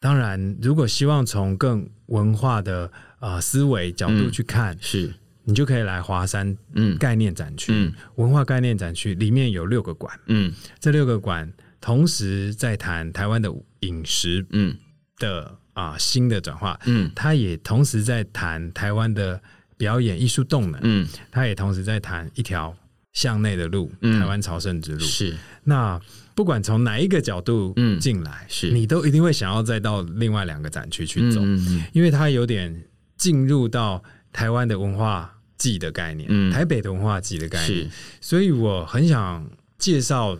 Speaker 2: 当然，如果希望从更文化的呃思维角度去看，
Speaker 3: 是，
Speaker 2: 你就可以来华山
Speaker 3: 嗯
Speaker 2: 概念展区、
Speaker 3: 嗯
Speaker 2: 文化概念展区，里面有六个馆，
Speaker 3: 嗯
Speaker 2: 这六个馆同时在谈台湾的饮食
Speaker 3: 嗯
Speaker 2: 的啊、新的转化，
Speaker 3: 嗯
Speaker 2: 它也同时在谈台湾的表演艺术动能，
Speaker 3: 嗯，
Speaker 2: 它也同时在谈一条向内的路，
Speaker 3: 嗯
Speaker 2: 台湾朝圣之路。
Speaker 3: 是
Speaker 2: 那不管从哪一个角度进来，
Speaker 3: 嗯是
Speaker 2: 你都一定会想要再到另外两个展区去走，
Speaker 3: 嗯嗯
Speaker 2: 因为它有点进入到台湾的文化季的概念，
Speaker 3: 嗯
Speaker 2: 台北的文化季的
Speaker 3: 嗯
Speaker 2: 概念
Speaker 3: 是，，
Speaker 2: 所以我很想介绍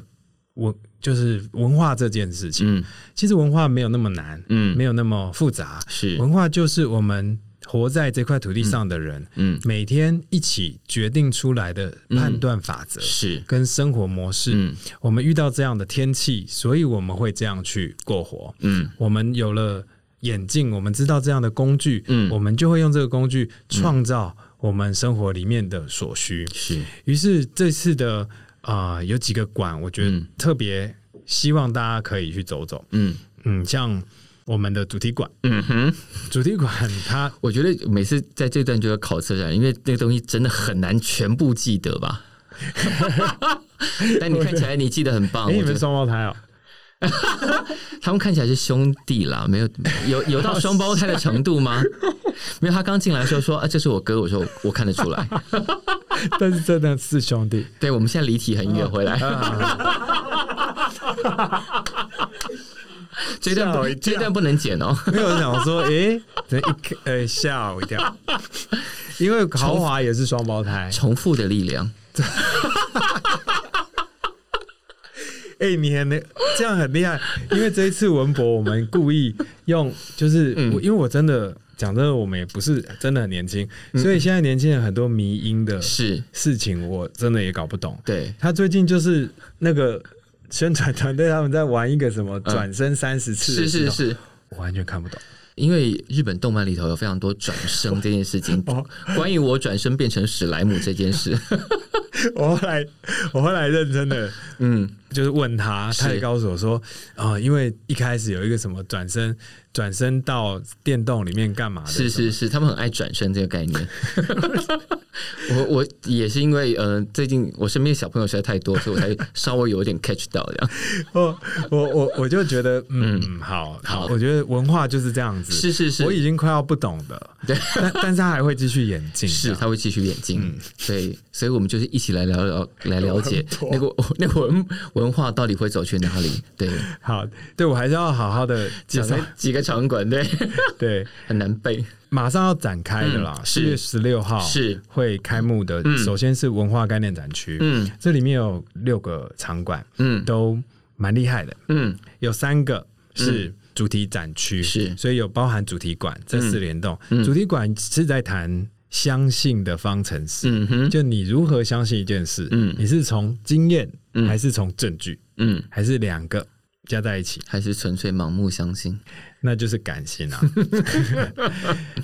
Speaker 2: 文，就是文化这件事情。
Speaker 3: 嗯
Speaker 2: 其实文化没有那么难，
Speaker 3: 嗯
Speaker 2: 没有那么复杂，
Speaker 3: 是，
Speaker 2: 文化就是我们活在这块土地上的人、
Speaker 3: 嗯
Speaker 2: 每天一起决定出来的判断法则。
Speaker 3: 是，
Speaker 2: 跟生活模式、
Speaker 3: 嗯
Speaker 2: 我们遇到这样的天气，所以我们会这样去过活。
Speaker 3: 嗯。
Speaker 2: 我们有了眼镜，我们知道这样的工具，
Speaker 3: 嗯
Speaker 2: 我们就会用这个工具创造我们生活里面的所需。
Speaker 3: 是
Speaker 2: 于是这次的啊、呃有几个馆，我觉得
Speaker 3: 嗯
Speaker 2: 特别希望大家可以去走走。
Speaker 3: 嗯
Speaker 2: 嗯，像我们的主题馆，
Speaker 3: 嗯哼，
Speaker 2: 主题馆它
Speaker 3: 我觉得每次在这段就要考测一下，因为那个东西真的很难全部记 得吧。但你看起来你记得很棒，
Speaker 2: 哎、
Speaker 3: 啊我
Speaker 2: 你
Speaker 3: 觉
Speaker 2: 们
Speaker 3: 得
Speaker 2: 双胞胎哦、
Speaker 3: 他们看起来是兄弟啦，没有有有到双胞胎的程度 吗？没有，他刚进来的时候说啊，这是我哥，我说我看得出来。
Speaker 2: 但是真的是兄 弟。
Speaker 3: 对，我们现在离题很远，回来。
Speaker 2: 啊
Speaker 3: 这段
Speaker 2: 吓我
Speaker 3: 不
Speaker 2: 一跳
Speaker 3: 这段不能剪哦，
Speaker 2: 没有想说， 诶，这一看呃吓我一跳，因为豪华也是双胞 胎。
Speaker 3: 重复的力量。
Speaker 2: 哎、你很厉这样很厉害，因为这一次文博我们故意用，就是、我因为我真的讲真的，我们也不是真的很年轻，所以现在年轻人很多迷音的
Speaker 3: 是
Speaker 2: 事情，我真的也搞不懂。
Speaker 3: 对
Speaker 2: 他最近就是那个宣传团队他们在玩一个什么转身三十次、
Speaker 3: 是是，是，
Speaker 2: 我完全看不懂。
Speaker 3: 因为日本动漫里头有非常多转生这件事情
Speaker 2: 哦，
Speaker 3: 关于我转生变成史莱姆这件事，
Speaker 2: 我后来我后来认真的。
Speaker 3: 嗯，
Speaker 2: 就是问他，
Speaker 3: 是
Speaker 2: 他也告诉我说，啊、因为一开始有一个什么转身转身到电动里面干嘛的，
Speaker 3: 是是是，他们很爱转身这个概 念。我我也是因为呃，最近我身边小朋友实在太多，所以我才稍微有一点 catch 到这样。
Speaker 2: 我 我我我就觉得，嗯，好
Speaker 3: 好
Speaker 2: 好，我觉得文化就是这样子，
Speaker 3: 是是是
Speaker 2: 我已经快要不懂的，
Speaker 3: 对，
Speaker 2: 但但是他还会继续演进，这
Speaker 3: 是，
Speaker 2: 样
Speaker 3: 他会继续演进。对，所以我们就是一起来聊聊，来了 解那个那个文文化到底会走去哪里。对，
Speaker 2: 好，对我还是要好好的介
Speaker 3: 讲
Speaker 2: 绍
Speaker 3: 了，几个场馆， 对，
Speaker 2: 对，
Speaker 3: 很难背。
Speaker 2: 马上要展开的啦，
Speaker 3: 嗯
Speaker 2: 四、
Speaker 3: 是
Speaker 2: 月十六号
Speaker 3: 是
Speaker 2: 会开幕的，首先是文化概念展区，
Speaker 3: 嗯
Speaker 2: 这里面有六个场馆，
Speaker 3: 嗯
Speaker 2: 都蛮厉害的，
Speaker 3: 嗯，
Speaker 2: 有三个是主题展区，
Speaker 3: 是嗯
Speaker 2: 所以有包含主题馆这四联动。主题馆是在谈相信的方程式，
Speaker 3: 嗯哼，
Speaker 2: 就你如何相信一件事，
Speaker 3: 嗯
Speaker 2: 你是从经验，还是从证据，
Speaker 3: 嗯，
Speaker 2: 还是两个加在一起，
Speaker 3: 还是纯粹盲目相信。
Speaker 2: 那就是感 性啊。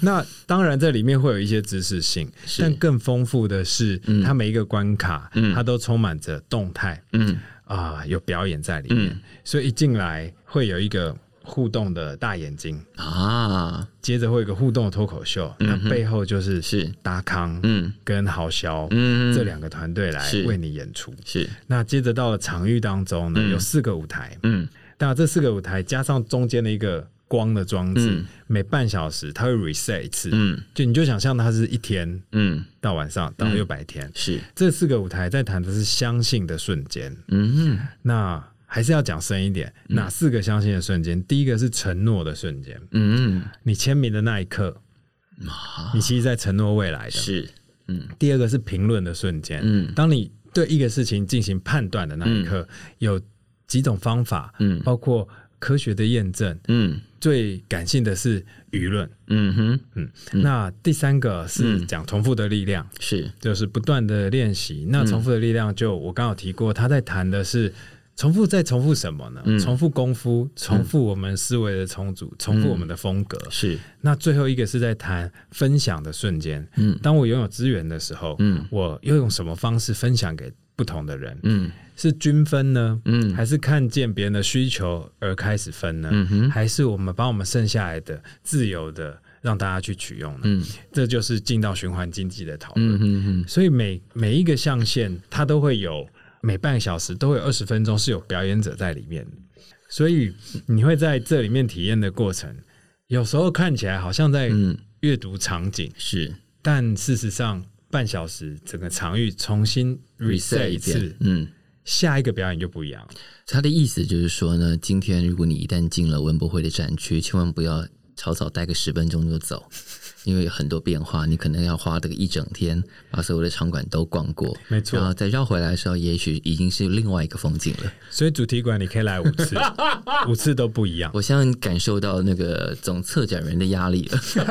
Speaker 2: 那当然，这里面会有一些知识性，
Speaker 3: 是
Speaker 2: 但更丰富的是，它每一个关卡，
Speaker 3: 嗯
Speaker 2: 它都充满着动态。
Speaker 3: 嗯
Speaker 2: 啊、有表演在里面，
Speaker 3: 嗯
Speaker 2: 所以一进来会有一个互动的大眼睛，
Speaker 3: 啊，
Speaker 2: 接着会有一个互动的脱口秀，
Speaker 3: 嗯哼
Speaker 2: 那背后就是
Speaker 3: 是
Speaker 2: 达康
Speaker 3: 嗯
Speaker 2: 跟豪潇、
Speaker 3: 嗯，
Speaker 2: 这两个团队来
Speaker 3: 是
Speaker 2: 为你演出。
Speaker 3: 是
Speaker 2: 那接着到了场域当中呢，
Speaker 3: 嗯
Speaker 2: 有四个舞台，
Speaker 3: 嗯
Speaker 2: 那这四个舞台加上中间的一个光的装置，
Speaker 3: 嗯
Speaker 2: 每半小时它会 reset 一次，
Speaker 3: 嗯
Speaker 2: 就你就想象它是一天
Speaker 3: 嗯
Speaker 2: 到晚上到又白天。
Speaker 3: 是
Speaker 2: 这四个舞台在谈的是相信的瞬间，
Speaker 3: 嗯
Speaker 2: 那还是要讲深一点，哪四个相信的瞬间？第一个是承诺的瞬间，
Speaker 3: 嗯
Speaker 2: 你签名的那一刻，
Speaker 3: 啊
Speaker 2: 你其实在承诺未来的。
Speaker 3: 是嗯
Speaker 2: 第二个是评论的瞬间，
Speaker 3: 嗯
Speaker 2: 当你对一个事情进行判断的那一刻，有几种方法，
Speaker 3: 嗯
Speaker 2: 包括科学的验证，
Speaker 3: 嗯
Speaker 2: 最感性的是舆论，
Speaker 3: 嗯哼
Speaker 2: 嗯，那第三个是讲重复的力量。
Speaker 3: 是
Speaker 2: 就是不断的练习。那重复的力量就，我刚好提过，他在谈的是重复再重复什么呢？重复功夫，重复我们思维的重组，重复我们的风格。
Speaker 3: 是
Speaker 2: 那最后一个是在谈分享的瞬间。
Speaker 3: 嗯
Speaker 2: 当我拥有资源的时候，
Speaker 3: 嗯
Speaker 2: 我又用什么方式分享给不同的人？
Speaker 3: 嗯
Speaker 2: 是均分呢，
Speaker 3: 嗯
Speaker 2: 还是看见别人的需求而开始分呢？
Speaker 3: 嗯哼
Speaker 2: 还是我们把我们剩下来的自由的让大家去取用呢？
Speaker 3: 嗯
Speaker 2: 这就是进到循环经济的讨论。
Speaker 3: 嗯嗯嗯
Speaker 2: 所以每每一个象限，它都会有每半小时都会有二十分钟是有表演者在里面的，所以你会在这里面体验的过程，有时候看起来好像在
Speaker 3: 嗯
Speaker 2: 阅读场景，
Speaker 3: 是
Speaker 2: 但事实上半小时整个场域重新 reset 一次，
Speaker 3: 嗯。
Speaker 2: 下一个表演就不一样了。
Speaker 3: 他的意思就是说呢，今天如果你一旦进了文博会的展区，千万不要草草待个十分钟就走，因为有很多变化，你可能要花这个一整天把所有的场馆都逛过，
Speaker 2: 没错
Speaker 3: 然后再绕回来的时候，也许已经是另外一个风景了。
Speaker 2: 所以主题馆你可以来五 次，五次都不一样。
Speaker 3: 我现在感受到那个总策展人的压力了。嗯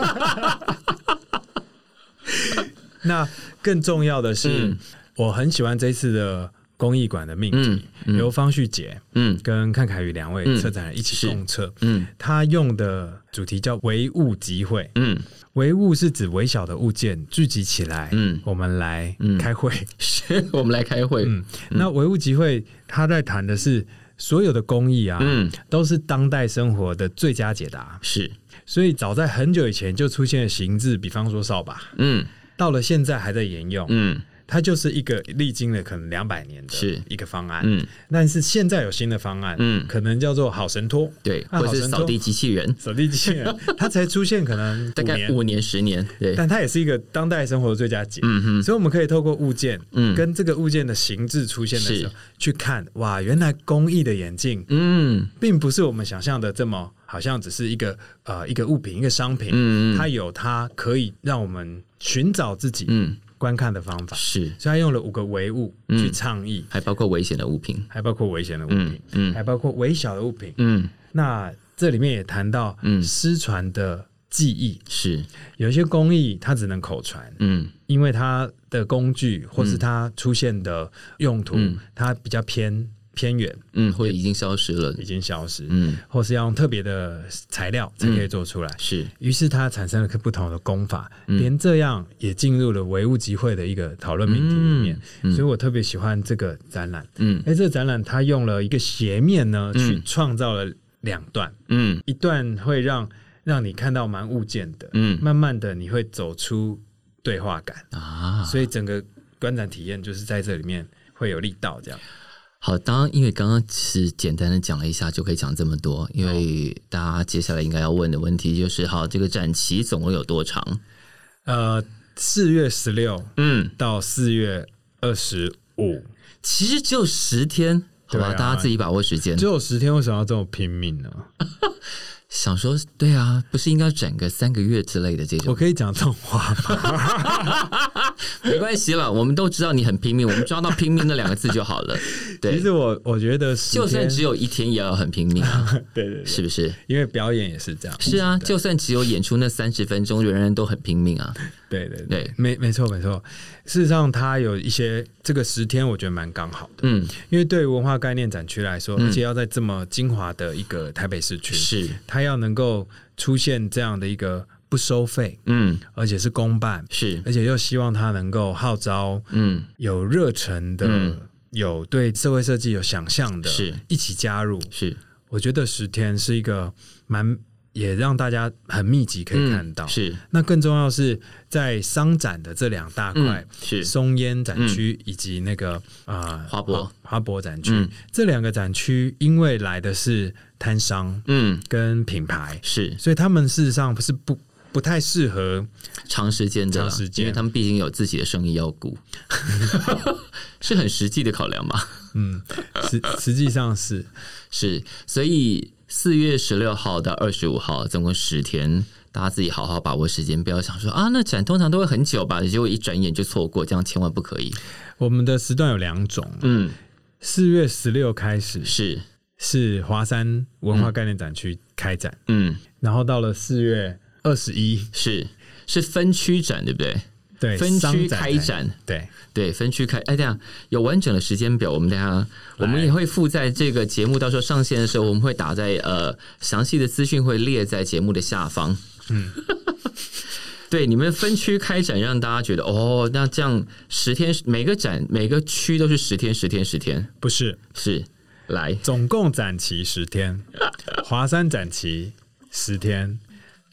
Speaker 2: 那更重要的是，我很喜欢这次的公益馆的命题，由方旭杰
Speaker 3: 嗯
Speaker 2: 跟看凯宇两位
Speaker 3: 嗯
Speaker 2: 策展人一起
Speaker 3: 是
Speaker 2: 共策，
Speaker 3: 嗯
Speaker 2: 他用的主题叫唯物集会。
Speaker 3: 嗯，
Speaker 2: 唯物是指微小的物件聚集起来，
Speaker 3: 嗯
Speaker 2: 我们来
Speaker 3: 嗯
Speaker 2: 开会。
Speaker 3: 是我们来开会，
Speaker 2: 嗯，那唯物集会他在谈的是所有的公益啊，
Speaker 3: 嗯
Speaker 2: 都是当代生活的最佳解答。
Speaker 3: 是，
Speaker 2: 所以早在很久以前就出现了形制，比方说扫把，
Speaker 3: 嗯
Speaker 2: 到了现在还在沿用，
Speaker 3: 嗯
Speaker 2: 它就是一个历经了可能两百年的
Speaker 3: 是
Speaker 2: 一个方案。
Speaker 3: 嗯
Speaker 2: 但是现在有新的方案，
Speaker 3: 嗯
Speaker 2: 可能叫做好神托，
Speaker 3: 对，
Speaker 2: 啊
Speaker 3: 或者
Speaker 2: 好
Speaker 3: 是
Speaker 2: 神
Speaker 3: 扫
Speaker 2: 托
Speaker 3: 地机器人，
Speaker 2: 扫地机器人，它才出现可能
Speaker 3: 大
Speaker 2: 五
Speaker 3: 概
Speaker 2: 年，
Speaker 3: 五年十年，对，
Speaker 2: 但它也是一个当代生活的最佳解。
Speaker 3: 嗯哼，
Speaker 2: 所以我们可以透过物件，
Speaker 3: 嗯
Speaker 2: 跟这个物件的形制出现的时候，去看哇，原来工艺的眼镜
Speaker 3: 嗯
Speaker 2: 并不是我们想象的这么好像只是一个呃一个物品一个商品，
Speaker 3: 嗯嗯
Speaker 2: 它有它可以让我们寻找自己
Speaker 3: 嗯，
Speaker 2: 观看的方法，
Speaker 3: 是，
Speaker 2: 所以它用了五个唯物
Speaker 3: 嗯
Speaker 2: 去倡议，
Speaker 3: 还包括危险的物品，
Speaker 2: 还包括危险的物
Speaker 3: 嗯
Speaker 2: 品，
Speaker 3: 嗯
Speaker 2: 还包括微小的物品。
Speaker 3: 嗯，
Speaker 2: 那这里面也谈到
Speaker 3: 嗯
Speaker 2: 失传的技艺，
Speaker 3: 是，
Speaker 2: 有一些工艺它只能口传，
Speaker 3: 嗯
Speaker 2: 因为它的工具或是它出现的用途，
Speaker 3: 嗯
Speaker 2: 它比较偏偏远，
Speaker 3: 嗯，或者已经消失了，
Speaker 2: 已经消失，
Speaker 3: 嗯，
Speaker 2: 或是要用特别的材料才可以做出来。
Speaker 3: 是，
Speaker 2: 于是它产生了不同的功法，
Speaker 3: 嗯
Speaker 2: 连这样也进入了唯物集会的一个讨论命题里面。所以我特别喜欢这个展览。
Speaker 3: 嗯
Speaker 2: 哎，这个展览它用了一个斜面呢，
Speaker 3: 嗯
Speaker 2: 去创造了两段，
Speaker 3: 嗯
Speaker 2: 一段会让让你看到蛮物件的，
Speaker 3: 嗯
Speaker 2: 慢慢的你会走出对话感。
Speaker 3: 啊，
Speaker 2: 所以整个观展体验就是在这里面会有力道这样。
Speaker 3: 好，当然，因为刚刚是简单的讲了一下，就可以讲这么多。因为大家接下来应该要问的问题就是：好，这个展期总共有多长？
Speaker 2: 呃，四月十六
Speaker 3: 嗯，
Speaker 2: 到四月二十五，
Speaker 3: 其实只有十天，好吧，
Speaker 2: 对啊
Speaker 3: 大家自己把握时间
Speaker 2: 只。有十天，为什么要这么拼命呢？
Speaker 3: 想说，对啊，不是应该整个三个月之类的这
Speaker 2: 我
Speaker 3: 种？
Speaker 2: 可以讲这种话吗？
Speaker 3: 没关系了，我们都知道你很拼命，我们抓到“拼命”那两个字就好 了。
Speaker 2: 其
Speaker 3: 对，
Speaker 2: 实我我觉得十
Speaker 3: 就算
Speaker 2: 天，
Speaker 3: 只有一天，也要很拼命啊，
Speaker 2: 对 对对，
Speaker 3: 是不是？
Speaker 2: 因为表演也是这样，
Speaker 3: 是啊，就算只有演出那三十分钟，人人都很拼命啊。
Speaker 2: 对对对
Speaker 3: 对，
Speaker 2: 没没错没错。事实上，它有一些这个十天，我觉得蛮刚好的，
Speaker 3: 嗯，
Speaker 2: 因为对于文化概念展区来说，而且要在这么精华的一个台北市区，
Speaker 3: 是，
Speaker 2: 它要能够出现这样的一个不收费，
Speaker 3: 嗯，
Speaker 2: 而且是公办，
Speaker 3: 是，
Speaker 2: 而且又希望他能够号召
Speaker 3: 嗯，
Speaker 2: 有热忱的、
Speaker 3: 嗯
Speaker 2: 有对社会设计有想象的，
Speaker 3: 是
Speaker 2: 一起加入。
Speaker 3: 是。
Speaker 2: 我觉得十天是一个蛮也让大家很密集可以看到。
Speaker 3: 嗯、是
Speaker 2: 那更重要是在商展的这两大块
Speaker 3: 嗯，是嗯
Speaker 2: 松烟展区以及那个啊
Speaker 3: 花博
Speaker 2: 花博展区、
Speaker 3: 嗯
Speaker 2: 这两个展区，因为来的是摊商
Speaker 3: 嗯
Speaker 2: 跟品牌，
Speaker 3: 是
Speaker 2: 所以他们事实上不是不不太适合
Speaker 3: 长时间的啦，
Speaker 2: 长时间
Speaker 3: 因为他们毕竟有自己的生意要顾， 是很实际的考量嘛。
Speaker 2: 嗯，实实际上是
Speaker 3: 是，所以四月十六号到二十五号，总共十天。大家自己好好把握时间，不要想说啊，那展通常都会很久吧，结果一转眼就错过，这样千万不可以。
Speaker 2: 我们的时段有两种，
Speaker 3: 嗯，
Speaker 2: 四月十六开始
Speaker 3: 是，
Speaker 2: 是华山文化概念展区开展，
Speaker 3: 嗯，
Speaker 2: 然后到了四月二十一，
Speaker 3: 是，是分区展，对不对？
Speaker 2: 对，
Speaker 3: 分
Speaker 2: 商
Speaker 3: 区
Speaker 2: 展
Speaker 3: 开展，
Speaker 2: 对，
Speaker 3: 对，分区开。哎，等一下有完整的时间表，我们等一下我们也会附在这个节目，到时候上线的时候，我们会打在呃详细的资讯会列在节目的下方。嗯， 对，你们分区开展，让大家觉得哦，那这样十天每个展每个区都是十天，十天，十天，
Speaker 2: 不是，
Speaker 3: 是来
Speaker 2: 总共展期十天，华山展期十天，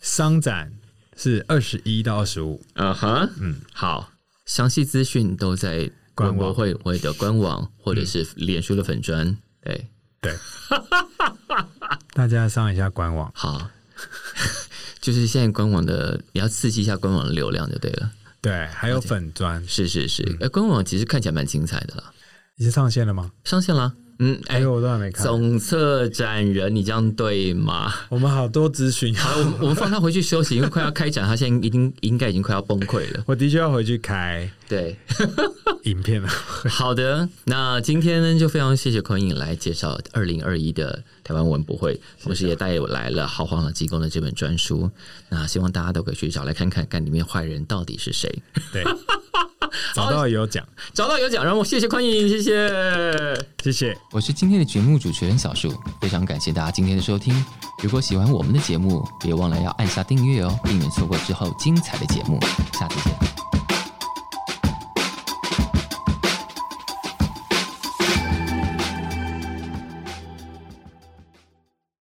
Speaker 2: 商展是二十一到二十五，
Speaker 3: 嗯哼，嗯，好，详细资讯都在
Speaker 2: Uh-huh 官
Speaker 3: 文博
Speaker 2: 网
Speaker 3: 会会的官网或者是脸书的粉砖。对，
Speaker 2: 对，大家上一下官网，
Speaker 3: 好， 就是现在官网的，你要刺激一下官网的流量就对了。
Speaker 2: 对，还有粉砖，
Speaker 3: 是是是，哎、官网其实看起来蛮精彩的啦，
Speaker 2: 已经上线了吗？
Speaker 3: 上线啦。嗯，哎、
Speaker 2: 哎呦，我都还没看，
Speaker 3: 总策展人，你这样对吗？
Speaker 2: 我们好多资讯，
Speaker 3: 好，我们我们放他回去休息，因为快要开展，他现在已经应该已经快要崩溃了。
Speaker 2: 我的确要回去开
Speaker 3: 对，
Speaker 2: 影片了。
Speaker 3: 好的，那今天呢，就非常谢谢孔颖来介绍二零二一的台湾文博会，同时也带我来了《豪华朗机工》的这本专书。那希望大家都可以去找来看看，看里面坏人到底是谁。
Speaker 2: 对，找到有奖，
Speaker 3: 找到有奖，让我谢谢宽迎，谢谢，
Speaker 2: 谢谢。
Speaker 3: 我是今天的节目主持人小树，非常感谢大家今天的收听。如果喜欢我们的节目，别忘了要按下订阅哦，避免错过之后精彩的节目。下次见。